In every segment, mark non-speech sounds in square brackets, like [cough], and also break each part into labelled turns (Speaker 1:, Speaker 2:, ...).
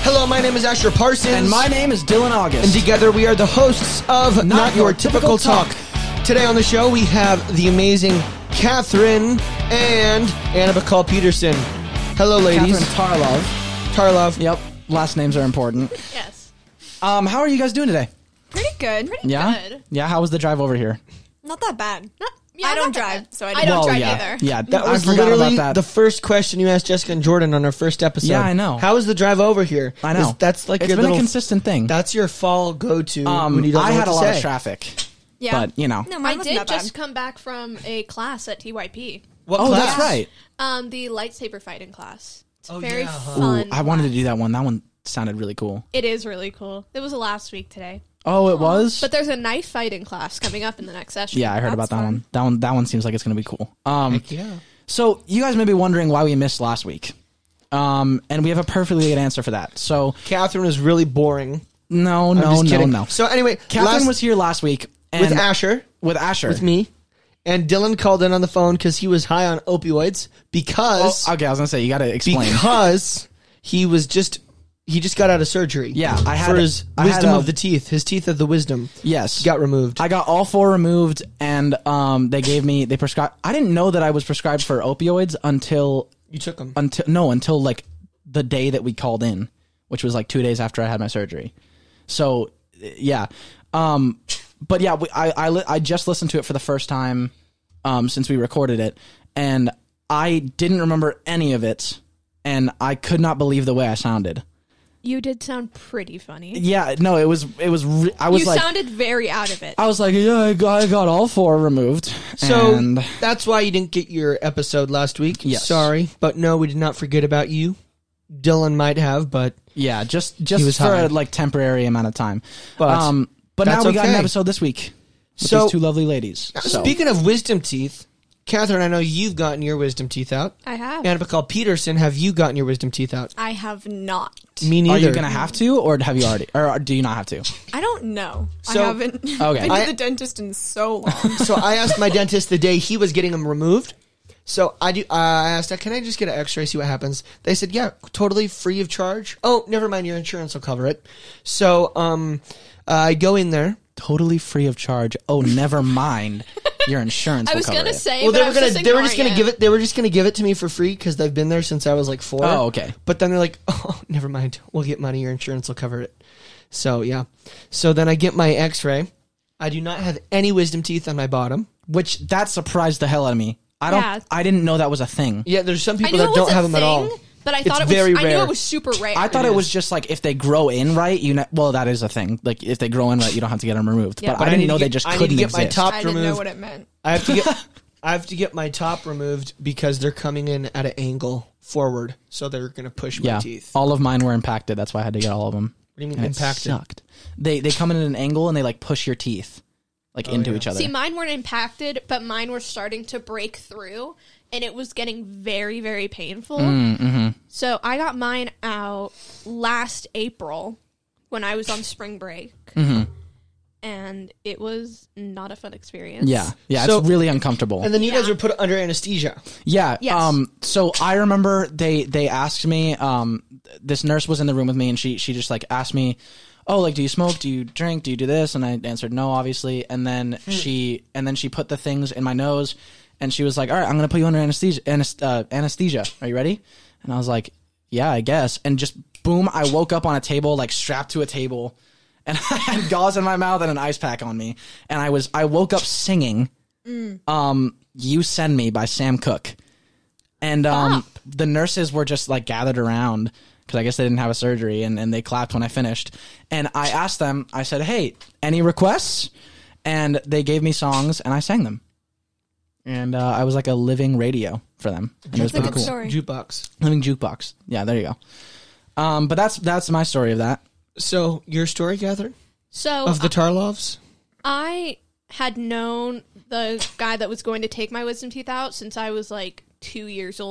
Speaker 1: Hello, my name is Asher Parsons.
Speaker 2: And my name is Dylan August.
Speaker 1: And together we are the hosts of Not, Your, Typical, Talk. Today on the show we have the amazing Catherine and Anna Bacall Peterson. Hello, ladies.
Speaker 2: Catherine Tarlov.
Speaker 1: Tarlov.
Speaker 2: Yep, last names are important.
Speaker 3: Yes.
Speaker 2: Um, how are you guys doing today?
Speaker 3: Pretty good. Pretty
Speaker 2: Yeah,
Speaker 3: good.
Speaker 2: yeah. How was the drive over here?
Speaker 4: Not that bad.
Speaker 3: Not, yeah,
Speaker 4: I
Speaker 3: not
Speaker 4: don't
Speaker 3: that
Speaker 4: drive,
Speaker 3: bad.
Speaker 4: so I
Speaker 3: I
Speaker 4: don't.
Speaker 3: don't drive
Speaker 2: yeah,
Speaker 3: either.
Speaker 2: yeah.
Speaker 1: That
Speaker 2: I
Speaker 1: was
Speaker 2: forgot
Speaker 1: literally
Speaker 2: about that.
Speaker 1: the first question you asked Jessica and Jordan on our first episode.
Speaker 2: Yeah, I know.
Speaker 1: How was the drive over here?
Speaker 2: I know.
Speaker 1: Is- That's like
Speaker 2: It's
Speaker 1: your
Speaker 2: been
Speaker 1: little,
Speaker 2: a consistent thing.
Speaker 1: That's your fall go-to.
Speaker 2: um,
Speaker 1: when you don't know
Speaker 2: I
Speaker 1: what
Speaker 2: had
Speaker 1: to
Speaker 2: a lot
Speaker 1: say.
Speaker 2: of traffic,
Speaker 4: Yeah,
Speaker 2: but you know.
Speaker 4: no,
Speaker 3: I
Speaker 4: mine wasn't
Speaker 3: did
Speaker 4: that
Speaker 3: just
Speaker 4: bad.
Speaker 3: come back from a class at TYP.
Speaker 1: What
Speaker 2: oh,
Speaker 1: class?
Speaker 2: that's right.
Speaker 3: Um, the lightsaber fighting class. It's
Speaker 1: Oh,
Speaker 3: very
Speaker 1: yeah, huh.
Speaker 2: Ooh,
Speaker 3: fun.
Speaker 2: I wanted to do that one. That one sounded really cool.
Speaker 3: It is really cool. It was last week today.
Speaker 2: Oh, it was.
Speaker 3: But there's a knife fighting class coming up in the next session.
Speaker 2: yeah, I heard about that one. That one. That one seems like it's going to be cool. Um,
Speaker 1: Yeah.
Speaker 2: so you guys may be wondering why we missed last week. Um, and we have a perfectly good answer for that. So
Speaker 1: Catherine was really boring. I'm
Speaker 2: no, Oh, no,
Speaker 1: just
Speaker 2: no,
Speaker 1: kidding.
Speaker 2: no.
Speaker 1: So anyway,
Speaker 2: Catherine
Speaker 1: last-
Speaker 2: was here last week and
Speaker 1: with Asher,
Speaker 2: With Asher.
Speaker 1: with me, and Dylan called in on the phone because he was high on opioids
Speaker 2: Oh,
Speaker 1: because
Speaker 2: okay, I was gonna say you gotta explain.
Speaker 1: because he was just he just got out of surgery.
Speaker 2: Yeah, I had-
Speaker 1: for his
Speaker 2: I had
Speaker 1: wisdom
Speaker 2: a-
Speaker 1: of the teeth, his teeth of the wisdom
Speaker 2: yes,
Speaker 1: got removed.
Speaker 2: I got all four removed, and um, they gave me they prescribed. I didn't know that I was prescribed for opioids until
Speaker 1: you took them.
Speaker 2: until no until like the day that we called in, which was like two days after I had my surgery. So yeah, um, but yeah, we, I I, li- I just listened to it for the first time um, since we recorded it, and I didn't remember any of it, and I could not believe the way I sounded.
Speaker 3: You did sound pretty funny.
Speaker 2: Yeah, no, it was it was. Re- I was
Speaker 3: You
Speaker 2: like.
Speaker 3: sounded very out of it.
Speaker 2: I was like, yeah, I got, I got all four removed.
Speaker 1: So
Speaker 2: and
Speaker 1: that's why you didn't get your episode last week.
Speaker 2: Yes.
Speaker 1: Sorry, but no, we did not forget about you. Dylan might have, but
Speaker 2: yeah, just just
Speaker 1: was
Speaker 2: for
Speaker 1: high.
Speaker 2: a, like temporary amount of time.
Speaker 1: But
Speaker 2: um, but now
Speaker 1: that's
Speaker 2: we got an
Speaker 1: okay.
Speaker 2: episode this week with
Speaker 1: So-
Speaker 2: these two lovely ladies. So
Speaker 1: speaking of wisdom teeth, Catherine, I know you've gotten your wisdom teeth out.
Speaker 3: I have.
Speaker 1: Annabelle Peterson, have you gotten your wisdom teeth out?
Speaker 4: I have not.
Speaker 1: Me neither.
Speaker 2: are you gonna have to, or have you already, or do you not have to?
Speaker 4: I don't know.
Speaker 1: So-
Speaker 4: I
Speaker 3: [laughs]
Speaker 4: haven't
Speaker 2: Okay.
Speaker 4: been to
Speaker 1: I-
Speaker 4: the dentist in
Speaker 2: [laughs]
Speaker 4: so long.
Speaker 1: so I asked my dentist the day he was getting them removed. So I do. Uh, I asked, "Can I just get an X-ray, see what happens?" They said, "Yeah, totally free of charge." Oh, never mind, your insurance will cover it. So um, I go in there.
Speaker 2: Totally free of charge. Oh, never mind. [laughs] Your insurance.
Speaker 3: I
Speaker 2: will
Speaker 3: was
Speaker 2: cover
Speaker 3: gonna
Speaker 2: it.
Speaker 3: say,
Speaker 1: well,
Speaker 3: but
Speaker 1: they
Speaker 3: I
Speaker 1: were
Speaker 3: was
Speaker 1: gonna
Speaker 3: just
Speaker 1: they were just gonna
Speaker 3: ignoring
Speaker 1: give
Speaker 3: it.
Speaker 1: it they were just gonna give it to me for free because they've been there since I was like four.
Speaker 2: Oh, okay.
Speaker 1: But then they're like, [laughs] oh, never mind. We'll get money. Your insurance will cover it. So yeah. So then I get my X-ray. I do not have any wisdom teeth on my bottom.
Speaker 2: which that surprised the hell out of me. I don't.
Speaker 3: Yeah.
Speaker 2: I didn't know that was a thing.
Speaker 1: Yeah, there's some
Speaker 3: I
Speaker 1: people
Speaker 3: knew it
Speaker 1: that
Speaker 3: was
Speaker 1: don't
Speaker 3: a
Speaker 1: have them
Speaker 3: thing,
Speaker 1: at all.
Speaker 3: but I
Speaker 1: It's
Speaker 3: thought it was.
Speaker 1: very
Speaker 3: I knew
Speaker 1: rare.
Speaker 3: it was super rare.
Speaker 2: I thought it, was just like if they grow in right, you know. Well, that is a thing. Like if they grow in right, you don't have to get them removed. but, I
Speaker 1: need
Speaker 2: didn't
Speaker 1: to
Speaker 2: know they
Speaker 1: get-
Speaker 2: just
Speaker 1: I need to
Speaker 2: couldn't
Speaker 1: get my
Speaker 2: exist.
Speaker 1: top
Speaker 4: I didn't know
Speaker 1: removed.
Speaker 4: what it meant.
Speaker 1: I have to [laughs] get I have to get my top removed because they're coming in at an angle forward, so they're gonna push my
Speaker 2: yeah,
Speaker 1: teeth.
Speaker 2: all of mine were impacted. That's why I had to get all of them.
Speaker 1: What do you mean
Speaker 2: And it
Speaker 1: impacted?
Speaker 2: sucked. They they come in at an angle and they like push your teeth
Speaker 1: Oh,
Speaker 2: like into each other.
Speaker 3: See, mine weren't impacted, but mine were starting to break through, and it was getting very, very painful.
Speaker 1: Mm, mm-hmm.
Speaker 3: So I got mine out last April when I was on spring break,
Speaker 1: Mm-hmm.
Speaker 3: and it was not a fun experience.
Speaker 2: yeah, yeah,
Speaker 1: So-
Speaker 2: it's really uncomfortable.
Speaker 1: And then you guys were put under anesthesia.
Speaker 2: yeah,
Speaker 3: Yes.
Speaker 2: um so I remember they they asked me um th- this nurse was in the room with me and she she just like asked me, "Oh, like do you smoke? Do you drink? Do you do this?" And I answered no, obviously. And then she and then she put the things in my nose and she was like, "All right, I'm going to put you under anesthesia anest- uh, anesthesia. Are you ready?" And I was like, "Yeah, I guess." And just boom, I woke up on a table like strapped to a table. [laughs] And I had gauze in my mouth and an ice pack on me, and I was I woke up singing um, "You Send Me" by Sam Cooke, and um, the nurses were just like gathered around because I guess they didn't have a surgery, and, and they clapped when I finished. And I asked them, I said, "Hey, any requests?" And they gave me songs, and I sang them, and uh, I was like a living radio for them, and it was pretty
Speaker 4: That's a
Speaker 2: cool.
Speaker 4: good story.
Speaker 1: Jukebox.
Speaker 2: Living jukebox, yeah, there you go. Um, but that's that's my story of that.
Speaker 1: So your story, Catherine,
Speaker 3: So
Speaker 1: of the Tarlovs.
Speaker 3: I had known the guy that was going to take my wisdom teeth out since I was like two years
Speaker 1: Mm-hmm.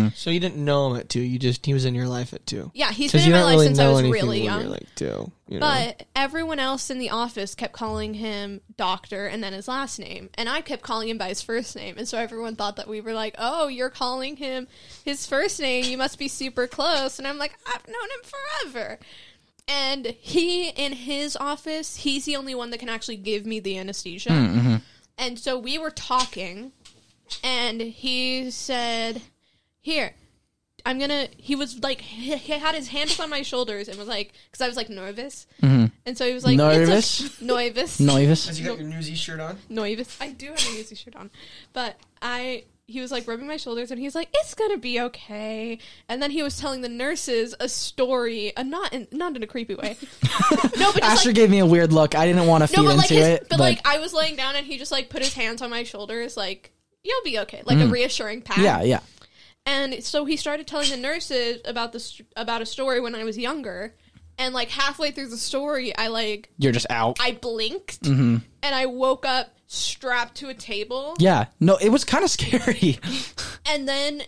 Speaker 3: old.
Speaker 1: So you didn't know him at two. You just he was in your life at two.
Speaker 3: Yeah, he's been
Speaker 1: Because
Speaker 3: in
Speaker 1: you
Speaker 3: my
Speaker 1: don't
Speaker 3: life
Speaker 1: really
Speaker 3: since I
Speaker 1: know
Speaker 3: was
Speaker 1: anything
Speaker 3: really
Speaker 1: when
Speaker 3: young.
Speaker 1: you're like two. You know?
Speaker 3: But everyone else in the office kept calling him doctor and then his last name. And I kept calling him by his first name. And so everyone thought that we were like, oh, you're calling him his first name. You must be super close. And I'm like, I've known him forever. And he, in his office, he's the only one that can actually give me the anesthesia. And so we were talking, and he said, Here, I'm gonna. He was like, he, he had his hands on my shoulders and was like, because I was like nervous, and so he was like,
Speaker 2: Mm-hmm.
Speaker 3: [laughs]
Speaker 2: Nervous?
Speaker 3: it's a- nervous,
Speaker 2: Noivus.
Speaker 1: you got your newsy shirt on?
Speaker 3: nervous. I do have a Yeezy shirt on, but I. He was like rubbing my shoulders, and he's like, "It's gonna be okay." And then he was telling the nurses a story, uh, not in, not in a
Speaker 2: [laughs]
Speaker 3: creepy way. no, but just
Speaker 2: Asher
Speaker 3: like,
Speaker 2: gave me a weird look. I didn't want to
Speaker 3: no,
Speaker 2: feed
Speaker 3: but like,
Speaker 2: into
Speaker 3: his,
Speaker 2: it.
Speaker 3: but like, I was laying down, and he just like put his hands on my shoulders, like, "You'll be okay," like a reassuring pat.
Speaker 2: Mm. yeah, yeah.
Speaker 3: And so he started telling the nurses about this about a story when I was younger, and like halfway through the story, I like
Speaker 2: You're just out.
Speaker 3: I blinked and I woke up strapped to a table,
Speaker 2: Mm-hmm. yeah. No, it was kind of scary. [laughs]
Speaker 3: and then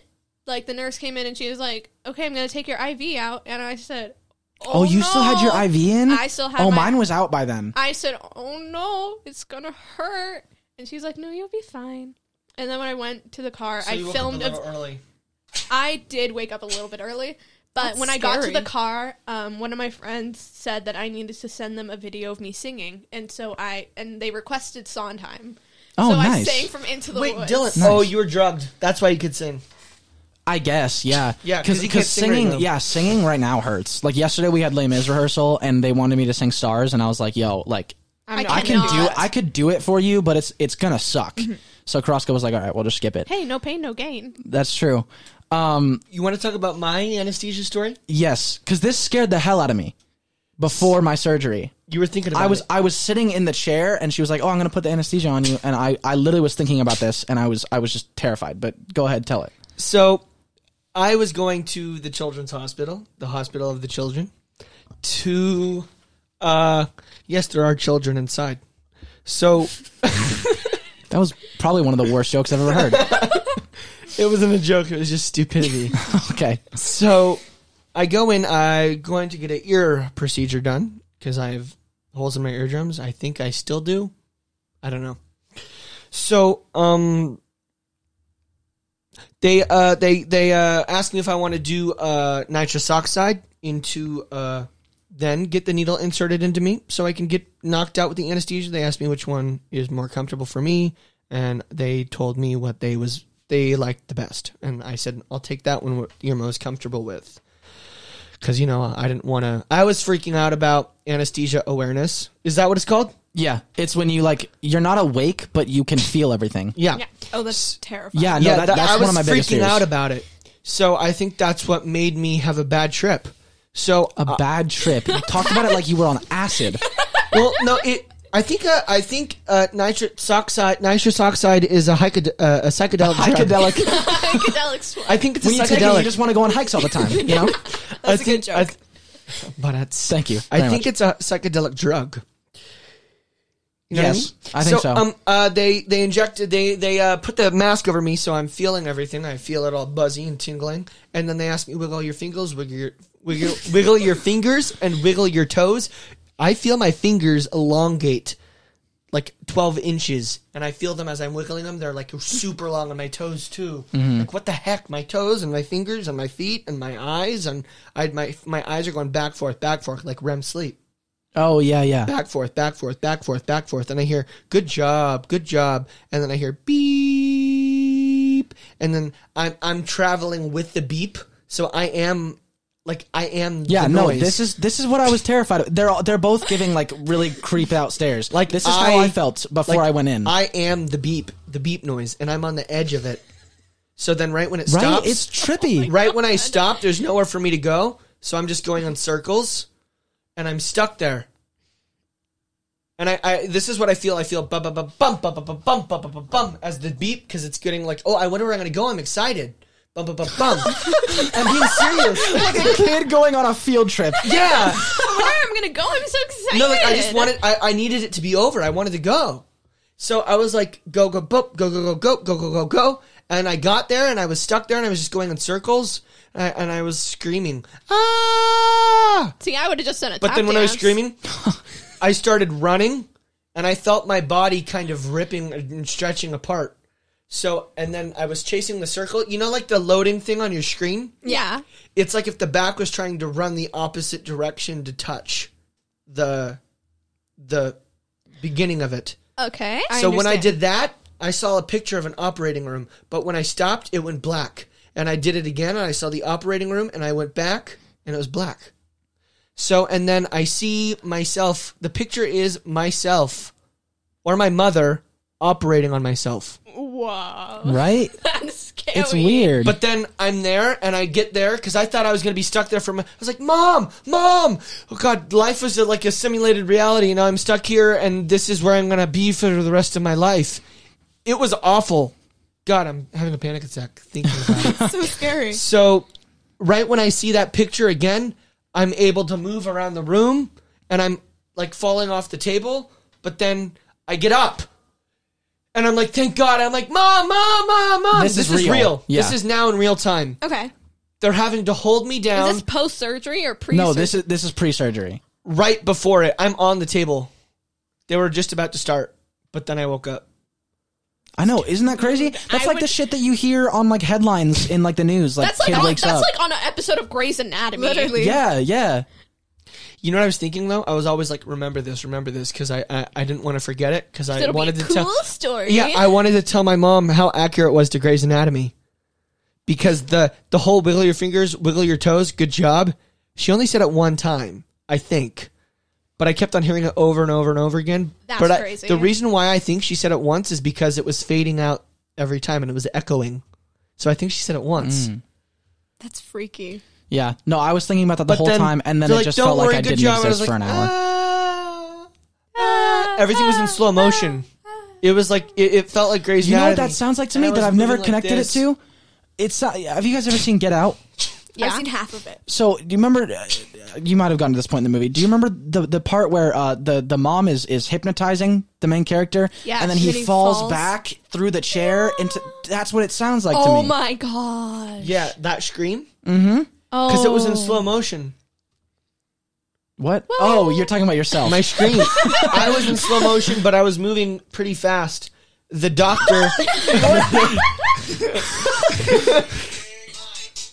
Speaker 3: like the nurse came in and she was like, "Okay, I'm gonna take your IV out," and I said, "Oh,
Speaker 2: Oh, you still had your
Speaker 3: no."
Speaker 2: IV in?
Speaker 3: I still had
Speaker 2: Oh,
Speaker 3: my-
Speaker 2: mine was out by then.
Speaker 3: I said, "Oh no, it's gonna hurt," and she's like, "No, you'll be fine." And then when I went to the car, I filmed a
Speaker 1: early.
Speaker 3: I did wake up a little bit early, but
Speaker 4: That's
Speaker 3: when I got to
Speaker 4: scary.
Speaker 3: the car, um, one of my friends said that I needed to send them a video of me singing, and so I and they requested Sondheim.
Speaker 2: Oh,
Speaker 3: so
Speaker 2: nice.
Speaker 3: I sang from Into the
Speaker 1: Wait,
Speaker 3: Woods.
Speaker 1: Dylan. Oh, you were drugged. That's why you could sing.
Speaker 2: I guess, yeah,
Speaker 1: Yeah, 'cause you can't sing right
Speaker 2: singing,
Speaker 1: now.
Speaker 2: yeah, singing right now hurts. Like yesterday, we had Les Mis rehearsal, and they wanted me to sing Stars, and I was like, "Yo, like
Speaker 3: I'm
Speaker 2: I can
Speaker 3: cannot. Mm-hmm.
Speaker 2: do, I could do it for you, but it's it's gonna suck." So Crossco was like, "All right, we'll just skip it."
Speaker 3: Hey, no pain, no gain.
Speaker 2: [laughs]
Speaker 3: [laughs]
Speaker 2: That's true. Um,
Speaker 1: You want to talk about my anesthesia story?
Speaker 2: yes, because this scared the hell out of me before my surgery.
Speaker 1: You were thinking about
Speaker 2: I was
Speaker 1: it.
Speaker 2: I was sitting in the chair, and she was like, "Oh, I'm gonna put the anesthesia on you," and I I literally was thinking about this, and I was I was just terrified. But go ahead, tell it.
Speaker 1: So I was going to the children's hospital, the hospital of the children, to uh yes, there are children inside. So
Speaker 2: That was probably one of the worst jokes I've ever heard.
Speaker 1: [laughs] it wasn't a joke, it was just stupidity.
Speaker 2: okay.
Speaker 1: so I go in, I'm going to get an ear procedure done because I have holes in my eardrums. I think I still do. I don't know. So, um, they, uh, they, they, uh, asked me if I want to do, uh, nitrous oxide into, uh, then get the needle inserted into me so I can get knocked out with the anesthesia. They asked me which one is more comfortable for me, and they told me what they was they liked the best, and I said I'll take that one what you're most comfortable with, because you know I didn't want to. I was freaking out about anesthesia awareness. Is that what it's called?
Speaker 2: Yeah, it's when you like you're not awake, but you can feel everything.
Speaker 1: Yeah,
Speaker 3: Yeah.
Speaker 4: Oh, that's terrifying.
Speaker 2: Yeah, Uh, no, that,
Speaker 1: that-
Speaker 2: that's
Speaker 1: I was
Speaker 2: one of my biggest
Speaker 1: freaking
Speaker 2: fears.
Speaker 1: out about it. So I think that's what made me have a bad trip. So
Speaker 2: a bad trip. You talked about it like you were on acid.
Speaker 1: well, no, it. I think uh, I think uh, nitrous oxide nitrous oxide is a, hycod- uh, a [laughs] psychedelic. drug.
Speaker 2: Psychedelic.
Speaker 1: [laughs]
Speaker 3: Psychedelic swirl.
Speaker 1: I think it's
Speaker 2: when
Speaker 1: a
Speaker 2: you take it, you
Speaker 1: psychedelic.
Speaker 2: just want to go on hikes all the time.
Speaker 1: [laughs]
Speaker 2: You know.
Speaker 1: I
Speaker 4: a
Speaker 1: think,
Speaker 4: good joke.
Speaker 1: I th- but that's,
Speaker 2: Thank you
Speaker 1: I
Speaker 2: very
Speaker 1: think
Speaker 2: much.
Speaker 1: it's a psychedelic drug. You know what
Speaker 2: Yes, I think so.
Speaker 1: Um, uh, they they injected they they uh, put the mask over me, so I'm feeling everything. I feel it all buzzy and tingling, and then they ask me wiggle your fingers, wiggle your wiggle, wiggle your fingers, and wiggle your toes. I feel my fingers elongate like 12 inches and i feel them as i'm wiggling them they're like super long on my toes too
Speaker 2: Mm-hmm.
Speaker 1: like what the heck my toes and my fingers and my feet and my eyes and i my my eyes are going back forth back forth like rem sleep
Speaker 2: Oh yeah, yeah.
Speaker 1: back forth back forth back forth back forth and i hear good job good job and then i hear beep and then i'm i'm traveling with the beep so i am like i am
Speaker 2: Yeah,
Speaker 1: the
Speaker 2: no.
Speaker 1: noise.
Speaker 2: This is this is what I was terrified of. They're all, they're both giving like really creep out stares. Like this is how I felt before
Speaker 1: like,
Speaker 2: I went in.
Speaker 1: I am the beep, the beep noise, and I'm on the edge of it. So then, right when it
Speaker 2: right?
Speaker 1: stops,
Speaker 2: It's trippy.
Speaker 1: right when I stop, there's nowhere for me to go. So I'm just going in circles, and I'm stuck there. And I, I this is what I feel. I feel bum bum bum bum bum bum bum bum bum bum, bum bum as the beep because it's getting like, oh, I wonder where I'm gonna go. I'm excited. Bum bum bum bum. I'm being serious.
Speaker 2: like a kid going on a field trip.
Speaker 1: Yeah.
Speaker 3: Where I'm gonna go? I'm so excited.
Speaker 1: No, like I just wanted. I, I needed it to be over. I wanted to go. So I was like, go go boop, go go go go go go go go, And I got there and I was stuck there and I was just going in circles and I, and I was screaming, [laughs] ah!
Speaker 3: See, I would have just done a.
Speaker 1: But
Speaker 3: tap
Speaker 1: then when I was
Speaker 3: dance. [laughs]
Speaker 1: screaming, I started running and I felt my body kind of ripping and stretching apart. So, and then I was chasing the circle. You know, like the loading thing on your screen?
Speaker 3: yeah,
Speaker 1: It's like if the back was trying to run the opposite direction to touch the the beginning of it.
Speaker 3: okay,
Speaker 1: so when I
Speaker 4: understand.
Speaker 1: did that, I saw a picture of an operating room, but when I stopped, it went black. And I did it again and I saw the operating room and I went back and it was black. So and then I see myself, the picture is myself or my mother operating on myself.
Speaker 3: whoa, [laughs]
Speaker 2: Right?
Speaker 3: that's scary.
Speaker 2: It's weird.
Speaker 1: But then I'm there and I get there because I thought I was going to be stuck there for. My, I was like, "Mom, mom, oh God, life is a, like a simulated reality, and I'm stuck here, and this is where I'm going to be for the rest of my life." It was awful. God, I'm having a panic attack thinking about it.
Speaker 4: so [laughs] scary.
Speaker 1: So, right when I see that picture again, I'm able to move around the room and I'm like falling off the table, but then I get up. And I'm like, thank God. I'm like, mom, mom, mom, mom.
Speaker 2: This is real. Yeah.
Speaker 1: This is now in real time.
Speaker 3: Okay,
Speaker 1: They're having to hold me down
Speaker 3: is this post surgery or pre?
Speaker 2: no, this is this is pre-surgery.
Speaker 1: right before it. I'm on the table. They were just about to start, but then I woke up.
Speaker 2: I know, isn't that crazy? That's
Speaker 3: I
Speaker 2: like the
Speaker 3: would-
Speaker 2: shit that you hear on like headlines in like the news. Like
Speaker 3: That's like
Speaker 2: kid
Speaker 3: on,
Speaker 2: wakes
Speaker 3: that's
Speaker 2: up.
Speaker 3: like on an episode of Grey's Anatomy.
Speaker 4: Literally.
Speaker 2: yeah, yeah.
Speaker 1: You know what I was thinking though? I was always like, remember this, remember this, because I, I I didn't want to forget it because I
Speaker 3: it'll
Speaker 1: wanted
Speaker 3: be a
Speaker 1: to
Speaker 3: cool
Speaker 1: tell.
Speaker 3: story.
Speaker 1: Yeah, I wanted to tell my mom how accurate it was to Grey's Anatomy. Because the the whole wiggle your fingers, wiggle your toes, good job. She only said it one time, I think. But I kept on hearing it over and over and over again.
Speaker 3: That's
Speaker 1: but I-
Speaker 3: crazy.
Speaker 1: the reason why I think she said it once is because it was fading out every time and it was echoing. So I think she said it once.
Speaker 2: Mm,
Speaker 4: That's freaky.
Speaker 2: Yeah. No, I was thinking about that the
Speaker 1: But
Speaker 2: whole time and then
Speaker 1: they're
Speaker 2: it just felt like I
Speaker 1: good
Speaker 2: didn't
Speaker 1: job," and
Speaker 2: exist for an hour.
Speaker 1: "Ah, ah."
Speaker 4: Uh,
Speaker 1: everything was in slow motion. It was like it, it felt like Grey's
Speaker 2: You know
Speaker 1: Anatomy.
Speaker 2: what that sounds like to
Speaker 1: And
Speaker 2: me
Speaker 1: I
Speaker 2: that
Speaker 1: was
Speaker 2: I've never
Speaker 1: moving like
Speaker 2: connected it
Speaker 1: this.
Speaker 2: to? It's uh, have you guys ever seen Get Out?
Speaker 3: Yeah.
Speaker 4: I've seen half of it.
Speaker 2: So do you remember? uh, You might have gotten to this point in the movie. Do you remember the the part where uh, the the mom is is hypnotizing the main character?
Speaker 3: Yeah,
Speaker 2: and then he,
Speaker 4: and he
Speaker 2: falls,
Speaker 4: falls.
Speaker 2: back through the chair into. That's what it sounds like
Speaker 3: Oh
Speaker 2: to me.
Speaker 3: my god.
Speaker 1: Yeah, that scream.
Speaker 2: Mm-hmm.
Speaker 3: Oh,
Speaker 1: because it was in slow motion.
Speaker 2: What? Oh, you're talking about yourself.
Speaker 1: My screen.
Speaker 3: [laughs]
Speaker 1: I was in slow motion, but I was moving pretty fast. The
Speaker 3: [laughs]
Speaker 1: doctor.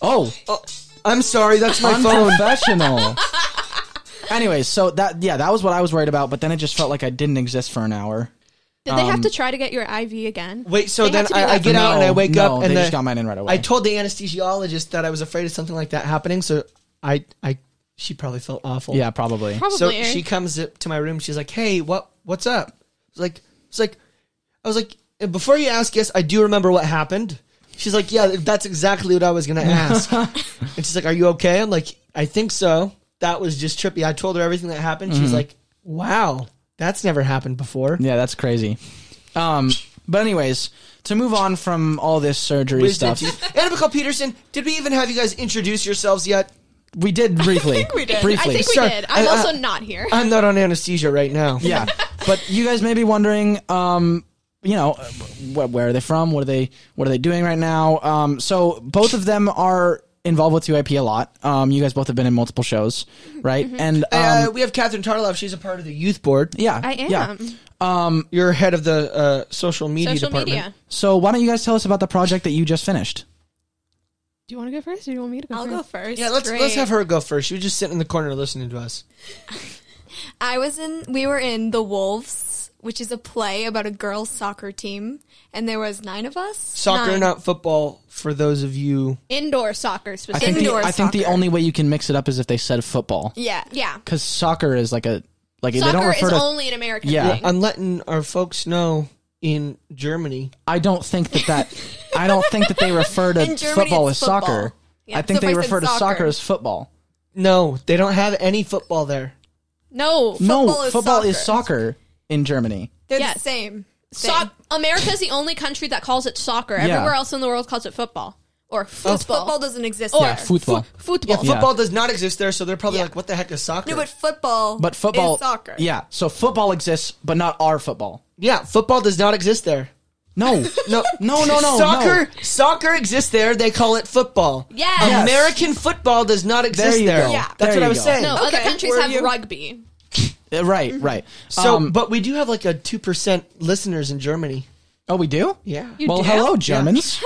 Speaker 2: oh,
Speaker 1: I'm sorry, that's my phone. [laughs]
Speaker 2: unprofessional. Anyways, so that yeah, that was what I was worried about. But then it just felt like I didn't exist for an hour.
Speaker 3: Did they have to try to get your IV again?
Speaker 1: um, Wait, so
Speaker 3: They
Speaker 1: then
Speaker 3: had to do
Speaker 1: I, I
Speaker 3: that
Speaker 1: get
Speaker 2: for-
Speaker 1: out and I wake
Speaker 2: No,
Speaker 1: up
Speaker 2: no,
Speaker 1: and
Speaker 2: they
Speaker 1: the-
Speaker 2: just got mine in right away.
Speaker 1: I told the anesthesiologist that I was afraid of something like that happening, so I, I, she probably felt awful.
Speaker 2: Yeah, probably.
Speaker 3: Probably.
Speaker 1: So she comes up to my room. She's like, "Hey, what? What's up?" It's like, it's like, I was like, before you ask, yes, I do remember what happened. She's like, "Yeah, that's exactly what I was gonna ask." and she's like, "Are you okay?" I'm like, "I think so." That was just trippy. I told her everything that happened. She's like, "Wow, that's never happened before."
Speaker 2: Yeah, that's crazy. Um, but anyways, to move on from all this surgery
Speaker 1: Wisdom
Speaker 2: stuff,
Speaker 1: teeth. Annabelle Peterson, did we even have you guys introduce yourselves yet?
Speaker 2: we did
Speaker 1: [laughs]
Speaker 2: briefly.
Speaker 4: we did.
Speaker 3: I
Speaker 2: Briefly.
Speaker 3: think we
Speaker 1: Sorry,
Speaker 3: did. I'm
Speaker 1: I- I-
Speaker 3: also not here.
Speaker 1: I'm not on anesthesia right now.
Speaker 2: yeah. But you guys may be wondering, um, you know, wh- where are they from? What are they? What are they doing right now? Um, so both of them are involved with UIP a lot. Um, you guys both have been in multiple shows, right?
Speaker 4: Mm-hmm.
Speaker 2: And um,
Speaker 1: uh, we have Catherine Tarloff. She's a part of the youth board.
Speaker 2: yeah,
Speaker 3: I am.
Speaker 2: Yeah. Um,
Speaker 1: You're head of the uh, social media
Speaker 3: Social
Speaker 1: department.
Speaker 3: media.
Speaker 2: So why don't you guys tell us about the project that you just finished?
Speaker 3: Do you want to go first, or do you want me to go
Speaker 4: I'll go first.
Speaker 1: Yeah, let's let's have her go first. She was just sitting in the corner listening to us.
Speaker 4: I was in. We were in The Wolves, which is a play about a girls' soccer team, and there was nine of us.
Speaker 1: Soccer,
Speaker 4: Nine.
Speaker 1: not football, for those of you.
Speaker 3: Indoor soccer
Speaker 2: I think
Speaker 3: specifically.
Speaker 2: the,
Speaker 4: Indoor
Speaker 2: I think the
Speaker 4: soccer.
Speaker 2: only way you can mix it up is if they said football,
Speaker 4: Yeah,
Speaker 3: yeah.
Speaker 2: because soccer is like a like they don't
Speaker 3: Soccer
Speaker 2: refer
Speaker 3: is
Speaker 2: to.
Speaker 3: only an American
Speaker 2: Yeah.
Speaker 3: thing.
Speaker 1: I'm letting our folks know in Germany.
Speaker 2: I don't think that that I don't think that they
Speaker 4: [laughs]
Speaker 2: refer to
Speaker 4: In Germany,
Speaker 2: football as
Speaker 4: it's football.
Speaker 2: soccer.
Speaker 4: Yeah,
Speaker 2: I think
Speaker 4: so if
Speaker 2: they
Speaker 4: I said
Speaker 2: refer to soccer
Speaker 4: soccer-
Speaker 2: as football.
Speaker 1: No, they don't have any football there.
Speaker 3: No.
Speaker 2: no,
Speaker 4: Football is
Speaker 2: football is
Speaker 4: soccer.
Speaker 2: soccer in Germany.
Speaker 4: they're the
Speaker 3: Yes.
Speaker 4: same.
Speaker 3: So-
Speaker 4: Same.
Speaker 3: America's the only country that calls it soccer.
Speaker 2: Yeah.
Speaker 3: Everywhere else in the world calls it football
Speaker 1: Oh,
Speaker 3: or football.
Speaker 4: football doesn't exist.
Speaker 3: or
Speaker 4: there.
Speaker 2: foot- football.
Speaker 3: fu- football.
Speaker 2: Yeah.
Speaker 1: Football does not exist there, so they're probably like, "What the heck is soccer?"
Speaker 4: no, but football.
Speaker 2: But football
Speaker 4: is soccer.
Speaker 2: Yeah, so football exists but not our football.
Speaker 1: yeah, football does not exist there.
Speaker 2: No, no, no, no, no.
Speaker 1: soccer,
Speaker 2: no.
Speaker 1: soccer exists there. They call it football.
Speaker 3: Yes.
Speaker 1: American football does not exist
Speaker 2: you
Speaker 1: there.
Speaker 2: go.
Speaker 4: Yeah.
Speaker 1: that's
Speaker 2: There
Speaker 1: what I
Speaker 2: you
Speaker 1: was
Speaker 2: go.
Speaker 1: saying.
Speaker 3: No,
Speaker 4: Okay,
Speaker 3: other countries
Speaker 4: were
Speaker 3: have
Speaker 4: you?
Speaker 3: rugby. [laughs]
Speaker 2: Uh, Right, right.
Speaker 1: So,
Speaker 2: um,
Speaker 1: but we do have like a two percent listeners in Germany.
Speaker 2: oh, we do.
Speaker 1: Yeah,
Speaker 3: You
Speaker 2: well,
Speaker 3: do?
Speaker 2: hello, Germans.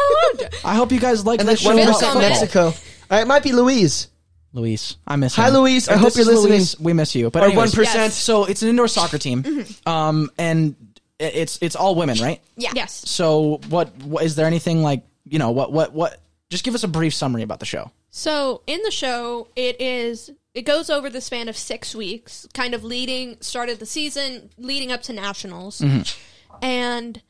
Speaker 2: I hope you guys like
Speaker 1: and
Speaker 2: this
Speaker 1: like one
Speaker 2: show about
Speaker 1: percent
Speaker 3: Fifth
Speaker 2: football.
Speaker 3: on it.
Speaker 1: Mexico. Uh, it might be Louise.
Speaker 2: Luis, I miss.
Speaker 1: Hi,
Speaker 2: him.
Speaker 1: Luis. I
Speaker 2: If
Speaker 1: hope
Speaker 2: this
Speaker 1: you're
Speaker 2: is
Speaker 1: listening.
Speaker 2: Luis, we miss you. But
Speaker 1: Or
Speaker 2: anyways,
Speaker 1: 1%.
Speaker 2: So it's an indoor soccer team, um, and i- it's it's all women, right?
Speaker 4: Yeah.
Speaker 3: Yes.
Speaker 2: So what, what is there anything like you know what what what? Just give us a brief summary about the show.
Speaker 3: So in the show, it is it goes over the span of six weeks, kind of leading start of the season, leading up to nationals.
Speaker 2: Mm-hmm.
Speaker 3: And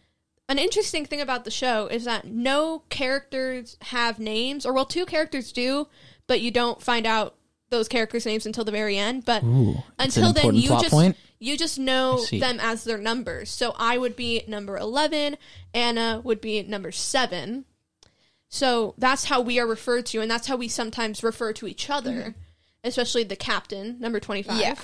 Speaker 3: an interesting thing about the show is that no characters have names, or well, two characters do, but you don't find out those characters' names until the very end. But
Speaker 2: an
Speaker 3: until then,
Speaker 2: important
Speaker 3: you
Speaker 2: plot
Speaker 3: just
Speaker 2: point.
Speaker 3: you just know
Speaker 2: see.
Speaker 3: them as their numbers. So I would be number eleven, Anna would be number seven. So that's how we are referred to, and that's how we sometimes refer to each other, especially the captain, number 25.
Speaker 4: Mm-hmm. Yeah.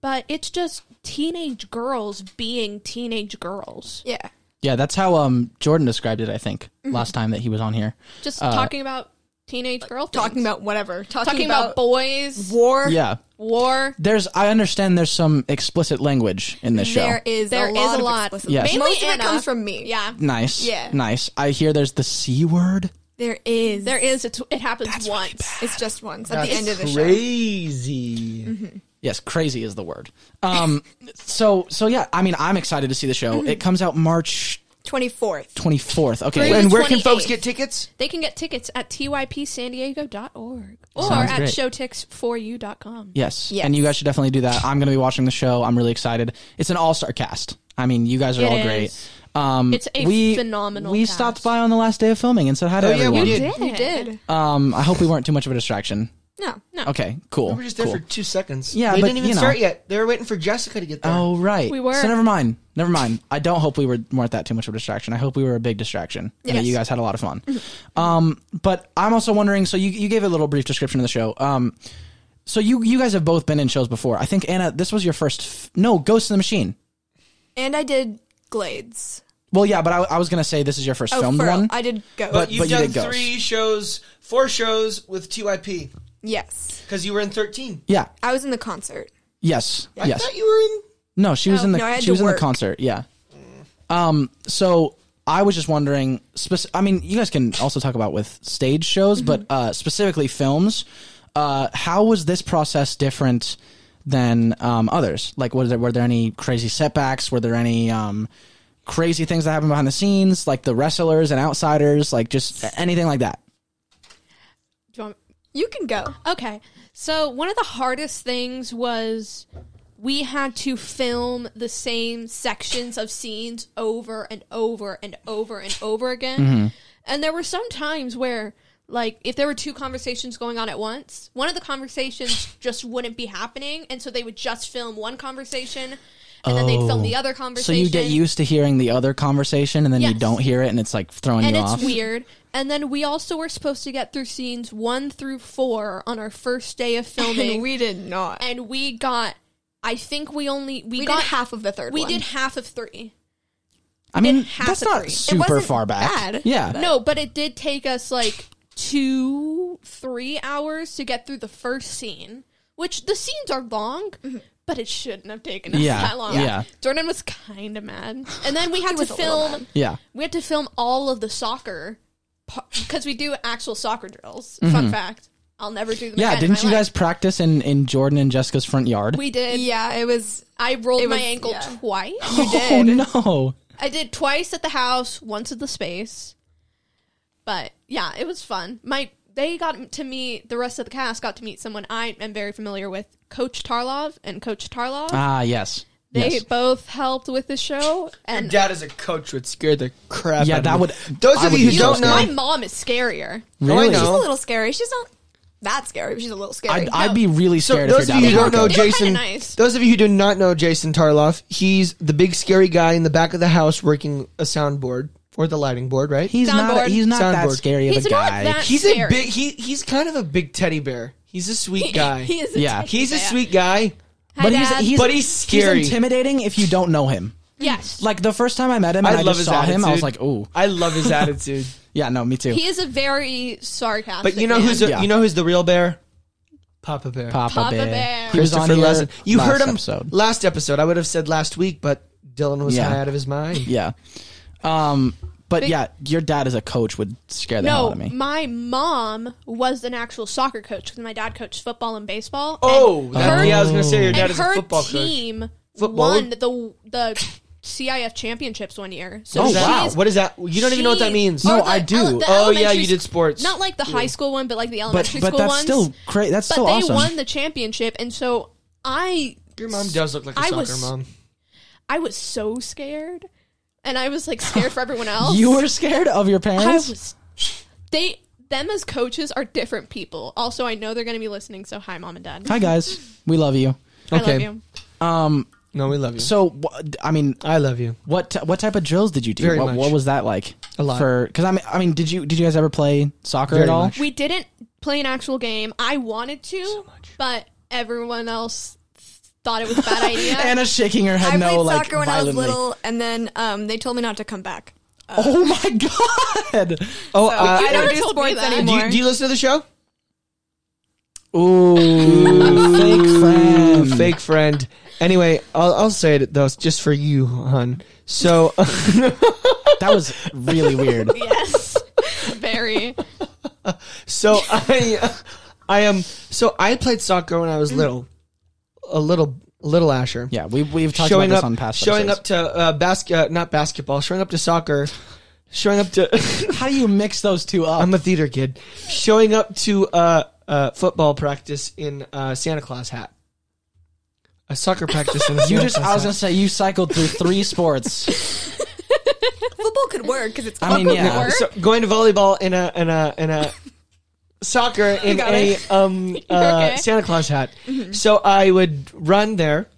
Speaker 3: But it's just teenage girls being teenage girls.
Speaker 4: Yeah.
Speaker 2: Yeah, that's how um Jordan described it. I think
Speaker 3: Mm-hmm.
Speaker 2: last time that he was on here.
Speaker 3: Just
Speaker 2: Uh,
Speaker 3: talking about teenage girls.
Speaker 4: Talking about whatever. Talking,
Speaker 3: talking about, boys,
Speaker 4: war.
Speaker 2: Yeah,
Speaker 3: war.
Speaker 2: there's. I understand there's some explicit language in this
Speaker 4: There
Speaker 2: show.
Speaker 4: is
Speaker 3: There
Speaker 4: a
Speaker 3: is
Speaker 4: lot
Speaker 3: a
Speaker 4: of
Speaker 3: lot.
Speaker 4: explicit-
Speaker 2: Yes.
Speaker 3: Mainly
Speaker 4: Most of it
Speaker 3: Anna.
Speaker 4: comes from me.
Speaker 3: Yeah.
Speaker 2: Nice.
Speaker 4: Yeah.
Speaker 2: Nice. I hear there's the c word.
Speaker 4: There is.
Speaker 3: There is. It's, it happens once.
Speaker 4: It's just once at the end of the show.
Speaker 1: crazy.
Speaker 2: Yes, crazy is the word.
Speaker 3: [laughs]
Speaker 2: Um, so so yeah, I mean, I'm excited to see the show.
Speaker 3: Mm-hmm.
Speaker 2: It comes out March
Speaker 4: Twenty fourth.
Speaker 2: 24th. Okay,
Speaker 3: Great.
Speaker 1: And where can folks
Speaker 3: 28th.
Speaker 1: get tickets?
Speaker 3: they can get tickets at typsandiego.org or
Speaker 2: Sounds
Speaker 3: at
Speaker 2: great.
Speaker 3: showtix4u.com.
Speaker 2: Yes.
Speaker 4: Yes.
Speaker 2: And you guys should definitely do that. I'm going to be watching the show. I'm really excited. It's an all-star cast. I mean, you guys are
Speaker 3: It
Speaker 2: all
Speaker 3: is.
Speaker 2: great. Um,
Speaker 3: It's a phenomenal
Speaker 2: We
Speaker 3: cast.
Speaker 2: stopped by on the last day of filming and said hi to
Speaker 1: Oh, yeah, we did.
Speaker 2: everyone.
Speaker 4: You did.
Speaker 2: Um, I hope we weren't too much of a distraction.
Speaker 4: No. No.
Speaker 2: Okay, cool.
Speaker 1: We were just there
Speaker 2: cool.
Speaker 1: for two seconds.
Speaker 2: Yeah,
Speaker 1: they
Speaker 2: but,
Speaker 1: didn't even
Speaker 2: you know.
Speaker 1: start yet. They were waiting for Jessica to get there.
Speaker 2: Oh right,
Speaker 3: We were.
Speaker 2: So never mind, never mind. I don't hope we were weren't that too much of a distraction. I hope we were a big distraction. and that
Speaker 4: Yes. Mm-hmm.
Speaker 2: you guys had a lot of fun. um, but I'm also wondering. So you you gave a little brief description of the show. Um, so you you guys have both been in shows before. I think Anna, this was your first. F- no, Ghost in the Machine.
Speaker 4: And I did Glades.
Speaker 2: Well, yeah, but I, I was gonna say this is your first
Speaker 4: Oh,
Speaker 2: filmed
Speaker 4: fur-
Speaker 2: one.
Speaker 4: I did go.
Speaker 1: but you've
Speaker 2: but you
Speaker 1: done
Speaker 2: did Ghost.
Speaker 1: three shows, four shows with TYP
Speaker 4: yes.
Speaker 1: because you were in thirteen.
Speaker 2: yeah.
Speaker 4: I was in the concert.
Speaker 2: Yes.
Speaker 1: I
Speaker 2: yes.
Speaker 1: thought you were in.
Speaker 2: No, she was
Speaker 3: Oh,
Speaker 4: No,
Speaker 2: in the
Speaker 4: no, I had
Speaker 2: she
Speaker 4: to
Speaker 2: was in the
Speaker 4: work.
Speaker 2: concert. Yeah. Um. So I was just wondering. Speci- I mean, you guys can also talk about with stage shows, but
Speaker 3: Mm-hmm.
Speaker 2: uh, specifically films. Uh, how was this process different than um, others? Like, was there were there any crazy setbacks? Were there any um, crazy things that happened behind the scenes, like the wrestlers and outsiders, like just anything like that?
Speaker 3: Do you want-
Speaker 4: You can go.
Speaker 3: Okay. So one of the hardest things was we had to film the same sections of scenes over and over and over and over again.
Speaker 2: Mm-hmm.
Speaker 3: And there were some times where like if there were two conversations going on at once, one of the conversations just wouldn't be happening and so they would just film one conversation and then they'd film the other
Speaker 2: Oh. So
Speaker 3: conversation.
Speaker 2: you get used to hearing the other conversation, and then you
Speaker 3: Yes.
Speaker 2: don't hear it, and it's like throwing
Speaker 3: and
Speaker 2: you
Speaker 3: it's
Speaker 2: off.
Speaker 3: weird. And then we also were supposed to get through scenes 1 through 4 on our first day
Speaker 2: [laughs]
Speaker 3: of filming.
Speaker 4: And [laughs] we did not.
Speaker 3: and we got I think we only we,
Speaker 4: we
Speaker 3: got
Speaker 4: did half of the third
Speaker 3: we
Speaker 4: one.
Speaker 3: did half of 3.
Speaker 2: I mean,
Speaker 3: half
Speaker 2: that's
Speaker 3: a
Speaker 2: not
Speaker 3: three. It
Speaker 2: super
Speaker 4: wasn't
Speaker 2: far back.
Speaker 4: bad,
Speaker 2: yeah.
Speaker 3: No, but it did take us like 2 3 hours to get through the first scene, which the scenes are long.
Speaker 4: Mm-hmm.
Speaker 3: But it shouldn't have taken us
Speaker 2: Yeah,
Speaker 3: that long.
Speaker 2: yeah.
Speaker 3: Jordan was kind of mad, and
Speaker 4: [laughs]
Speaker 3: then we had to
Speaker 4: was a little
Speaker 3: film.
Speaker 4: mad.
Speaker 2: Yeah.
Speaker 3: we had to film all of the soccer because we do actual soccer drills. Fun fact: I'll never do them.
Speaker 2: Mm-hmm. Yeah.
Speaker 3: again in
Speaker 2: Didn't
Speaker 3: my
Speaker 2: you
Speaker 3: life.
Speaker 2: guys practice in, in Jordan and Jessica's front yard?
Speaker 3: We did.
Speaker 4: Yeah, it was.
Speaker 3: I rolled
Speaker 4: It
Speaker 3: my
Speaker 4: was-
Speaker 3: ankle
Speaker 4: yeah.
Speaker 3: twice.
Speaker 4: You
Speaker 2: [laughs] oh,
Speaker 4: did.
Speaker 2: no.
Speaker 3: I did twice at the house, once at the space. But yeah, it was fun. My they got to meet the rest of the cast got to meet someone I am very familiar with, Coach Tarlov and Coach Tarlov.
Speaker 2: Ah, yes.
Speaker 3: they
Speaker 2: yes.
Speaker 3: both helped with the show
Speaker 1: Your
Speaker 3: and
Speaker 1: dad is a coach would scare the crap.
Speaker 2: Yeah,
Speaker 1: out of
Speaker 2: that
Speaker 1: me.
Speaker 2: would-
Speaker 1: Those
Speaker 2: I
Speaker 1: of
Speaker 2: would
Speaker 1: you
Speaker 2: be
Speaker 1: who
Speaker 2: so
Speaker 1: don't
Speaker 3: my
Speaker 1: know,
Speaker 3: mom is scarier.
Speaker 1: No, I
Speaker 2: Really?
Speaker 1: know.
Speaker 4: She's a little scary. She's not that scary, but she's a little
Speaker 2: I'd,
Speaker 4: scary.
Speaker 2: I'd be [laughs] really
Speaker 1: So
Speaker 2: scared
Speaker 1: those
Speaker 2: if
Speaker 1: of you
Speaker 2: your
Speaker 1: who
Speaker 2: dad
Speaker 1: don't
Speaker 2: was
Speaker 1: know
Speaker 2: Marco.
Speaker 3: They were kinda
Speaker 1: Jason,
Speaker 3: nice.
Speaker 1: those of you who do not know Jason Tarloff, he's the big scary guy in the back of the house working a soundboard or the lighting board, right?
Speaker 2: He's not,
Speaker 3: Soundboard.
Speaker 2: he's not that
Speaker 1: Soundboard.
Speaker 2: scary of
Speaker 3: He's
Speaker 2: a
Speaker 3: not
Speaker 2: guy.
Speaker 3: that-
Speaker 1: he's a
Speaker 3: scary.
Speaker 1: big he he's kind of a big teddy bear. He's a
Speaker 3: [laughs]
Speaker 1: sweet guy.
Speaker 3: He is a
Speaker 2: Yeah.
Speaker 3: teddy
Speaker 1: he's a
Speaker 3: bear.
Speaker 1: sweet guy.
Speaker 3: Hi,
Speaker 2: but
Speaker 3: Dad.
Speaker 2: he's, he's,
Speaker 1: But he's scary.
Speaker 2: intimidating if you don't know him.
Speaker 3: Yes.
Speaker 2: Like the first time I met him, and I, just saw him. I was like, "Ooh,
Speaker 1: I love his
Speaker 3: [laughs]
Speaker 1: attitude.
Speaker 2: yeah, no, me too."
Speaker 3: he is a very sarcastic.
Speaker 1: But you know who's
Speaker 3: man.
Speaker 1: a,
Speaker 2: Yeah.
Speaker 1: you know who's the real bear? Papa Bear.
Speaker 2: Papa,
Speaker 3: Papa
Speaker 2: Bear.
Speaker 3: Bear.
Speaker 2: He was on
Speaker 1: Christopher
Speaker 2: here
Speaker 1: Lesson. You
Speaker 2: last
Speaker 1: heard him
Speaker 2: episode.
Speaker 1: last episode. I would have said last week, but Dylan was
Speaker 2: Yeah.
Speaker 1: high out of his mind.
Speaker 2: Yeah. Um, but
Speaker 3: But-
Speaker 2: yeah, your dad as a coach would scare the hell out
Speaker 3: no,
Speaker 2: of me.
Speaker 3: my mom was an actual soccer coach because my dad coached football and baseball. and
Speaker 1: Oh, that-
Speaker 3: her,
Speaker 1: yeah, I was gonna say your dad
Speaker 3: and
Speaker 1: is a
Speaker 3: her
Speaker 1: football coach.
Speaker 3: team
Speaker 1: Footballer?
Speaker 3: won the the CIF championships one year. So
Speaker 1: What is
Speaker 2: Oh,
Speaker 1: that?
Speaker 2: wow.
Speaker 3: she's-
Speaker 1: What is that? You don't even know what that
Speaker 3: she-
Speaker 1: means.
Speaker 2: No,
Speaker 3: or the
Speaker 2: I do.
Speaker 3: ele- the
Speaker 1: Oh, yeah,
Speaker 3: elementary
Speaker 1: you did
Speaker 3: s-
Speaker 1: sports.
Speaker 3: Not like the high school one, but like the
Speaker 2: But
Speaker 3: elementary
Speaker 2: but
Speaker 3: school
Speaker 2: that's
Speaker 3: ones.
Speaker 2: still great. That's
Speaker 3: but
Speaker 2: still
Speaker 3: they
Speaker 2: awesome.
Speaker 3: won the championship, and so I
Speaker 1: Your mom does look like a
Speaker 3: I
Speaker 1: soccer
Speaker 3: was-
Speaker 1: mom.
Speaker 3: I was so scared, and I was like scared
Speaker 1: [laughs]
Speaker 3: for everyone
Speaker 4: Oh.
Speaker 3: else.
Speaker 2: you were scared of your
Speaker 3: I
Speaker 2: parents.
Speaker 3: was. They them as coaches are different people. Also, I know they're going to be listening. So hi, mom and dad.
Speaker 2: Hi guys, we love you.
Speaker 3: I
Speaker 1: Okay.
Speaker 3: love you.
Speaker 2: Um,
Speaker 1: No, we love you.
Speaker 2: so wh- I mean,
Speaker 1: I love you.
Speaker 2: what t- what type of drills did you do?
Speaker 1: Very
Speaker 2: what,
Speaker 1: much.
Speaker 2: what was that like?
Speaker 1: A lot.
Speaker 2: For because I mean, I mean, did you did you guys ever play soccer
Speaker 1: Very
Speaker 2: at all?
Speaker 1: much.
Speaker 3: We didn't play an actual game. I wanted to, but everyone else thought it was
Speaker 2: [laughs]
Speaker 3: a bad idea.
Speaker 2: Anna's shaking her head
Speaker 4: I
Speaker 2: no,
Speaker 4: played
Speaker 2: like
Speaker 4: soccer when
Speaker 2: violently.
Speaker 4: I was little, and then um, they told me not to come back.
Speaker 2: Oh my [laughs] god!
Speaker 1: Oh,
Speaker 4: I
Speaker 1: uh,
Speaker 4: don't
Speaker 3: never
Speaker 4: do
Speaker 3: told me
Speaker 4: sports
Speaker 3: that.
Speaker 1: do
Speaker 4: anymore.
Speaker 1: you, do you listen to the show?
Speaker 2: Ooh, fake friend.
Speaker 1: Fake friend. Anyway, I'll, I'll say it though, just for you, hun. So, [laughs]
Speaker 2: That was really weird.
Speaker 3: yes, [laughs] very.
Speaker 1: so I, [laughs] I am. So I played soccer when I was little, a little, little Asher.
Speaker 2: Yeah, we we've talked
Speaker 1: showing
Speaker 2: about
Speaker 1: up,
Speaker 2: this on past
Speaker 1: showing
Speaker 2: episodes.
Speaker 1: up to uh, basket, uh, not basketball, showing up to soccer, showing up to. [laughs]
Speaker 2: How do you mix those two up?
Speaker 1: I'm a theater kid, showing up to uh, uh, football practice in uh, Santa Claus hat, a soccer practice in a [laughs]
Speaker 2: you
Speaker 1: Santa
Speaker 2: just
Speaker 1: Claus
Speaker 2: I was
Speaker 1: hat.
Speaker 2: gonna say you cycled through three sports.
Speaker 4: Football could work because it's
Speaker 2: I mean,
Speaker 4: awkward.
Speaker 2: yeah.
Speaker 3: Work?
Speaker 1: so going to volleyball in a in a in a soccer in
Speaker 4: got
Speaker 1: a um uh,
Speaker 3: okay?
Speaker 1: Santa Claus hat. So I would run there.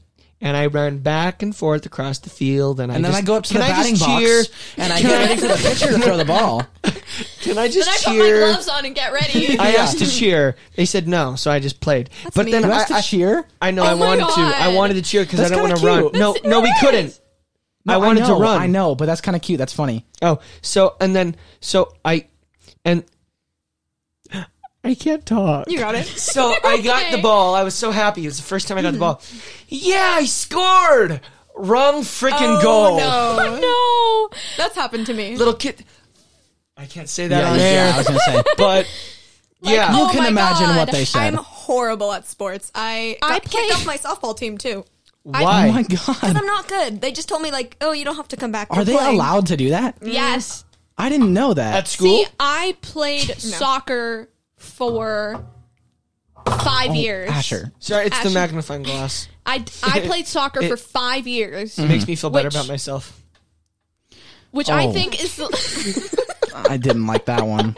Speaker 1: And I ran back and forth across the field, and,
Speaker 2: And
Speaker 1: I
Speaker 2: then
Speaker 1: just,
Speaker 2: I go up to the
Speaker 1: can I
Speaker 2: batting
Speaker 1: just
Speaker 2: box
Speaker 1: cheer?
Speaker 2: and I
Speaker 1: Can
Speaker 2: get
Speaker 1: I-
Speaker 2: ready for the pitcher to throw the [laughs] ball.
Speaker 1: Can I
Speaker 3: Then I
Speaker 1: just
Speaker 3: put my
Speaker 1: cheer?
Speaker 3: gloves on and get ready.
Speaker 1: I asked to cheer. They said no, so I just played. but
Speaker 4: mean.
Speaker 1: then
Speaker 2: You
Speaker 1: I,
Speaker 2: have to
Speaker 1: I-
Speaker 2: cheer.
Speaker 1: I know
Speaker 3: Oh
Speaker 1: I
Speaker 3: my
Speaker 1: wanted to. I
Speaker 3: God.
Speaker 1: wanted to cheer because I
Speaker 2: That's
Speaker 1: don't want to
Speaker 2: kinda
Speaker 1: run.
Speaker 2: cute.
Speaker 1: No,
Speaker 3: That's-
Speaker 1: no, we
Speaker 3: it is.
Speaker 1: couldn't. I wanted
Speaker 2: know,
Speaker 1: to run.
Speaker 2: I know, but that's kind of cute. That's funny.
Speaker 1: Oh, so and then so I and [gasps] I can't
Speaker 3: [laughs]
Speaker 1: talk.
Speaker 4: You got it.
Speaker 1: So I got the
Speaker 3: Okay.
Speaker 1: ball. I was so happy. It was the first time I got the ball. Yeah, I scored. Wrong freaking
Speaker 4: Oh,
Speaker 1: goal.
Speaker 4: No.
Speaker 3: no,
Speaker 4: That's happened to me.
Speaker 1: Little kid. I can't say that
Speaker 2: Yeah,
Speaker 1: on
Speaker 2: yeah,
Speaker 1: air,
Speaker 2: I was gonna [laughs] say.
Speaker 1: [laughs] but yeah.
Speaker 3: oh
Speaker 2: you can
Speaker 3: my
Speaker 2: imagine
Speaker 3: God.
Speaker 2: what they said.
Speaker 4: I'm horrible at sports. I got
Speaker 3: I play-
Speaker 4: kicked off my softball team too.
Speaker 1: Why?
Speaker 2: oh my
Speaker 4: But
Speaker 2: god,
Speaker 4: [laughs] I'm not good. They just told me like, oh, you don't have to come back.
Speaker 2: are they allowed to do that?
Speaker 3: yes.
Speaker 2: I didn't know that.
Speaker 1: At school?
Speaker 3: See, I played
Speaker 2: [laughs]
Speaker 3: soccer for five years.
Speaker 2: Oh, Asher.
Speaker 1: Sorry, it's
Speaker 3: Ashley-
Speaker 1: the magnifying glass.
Speaker 3: I,
Speaker 2: [laughs]
Speaker 3: I played soccer
Speaker 1: It-
Speaker 3: for five years,
Speaker 2: Mm-hmm.
Speaker 1: Makes me feel better
Speaker 3: Which-
Speaker 1: about myself.
Speaker 3: which I
Speaker 2: Oh.
Speaker 3: think is the,
Speaker 2: I didn't like that
Speaker 3: [laughs]
Speaker 2: one.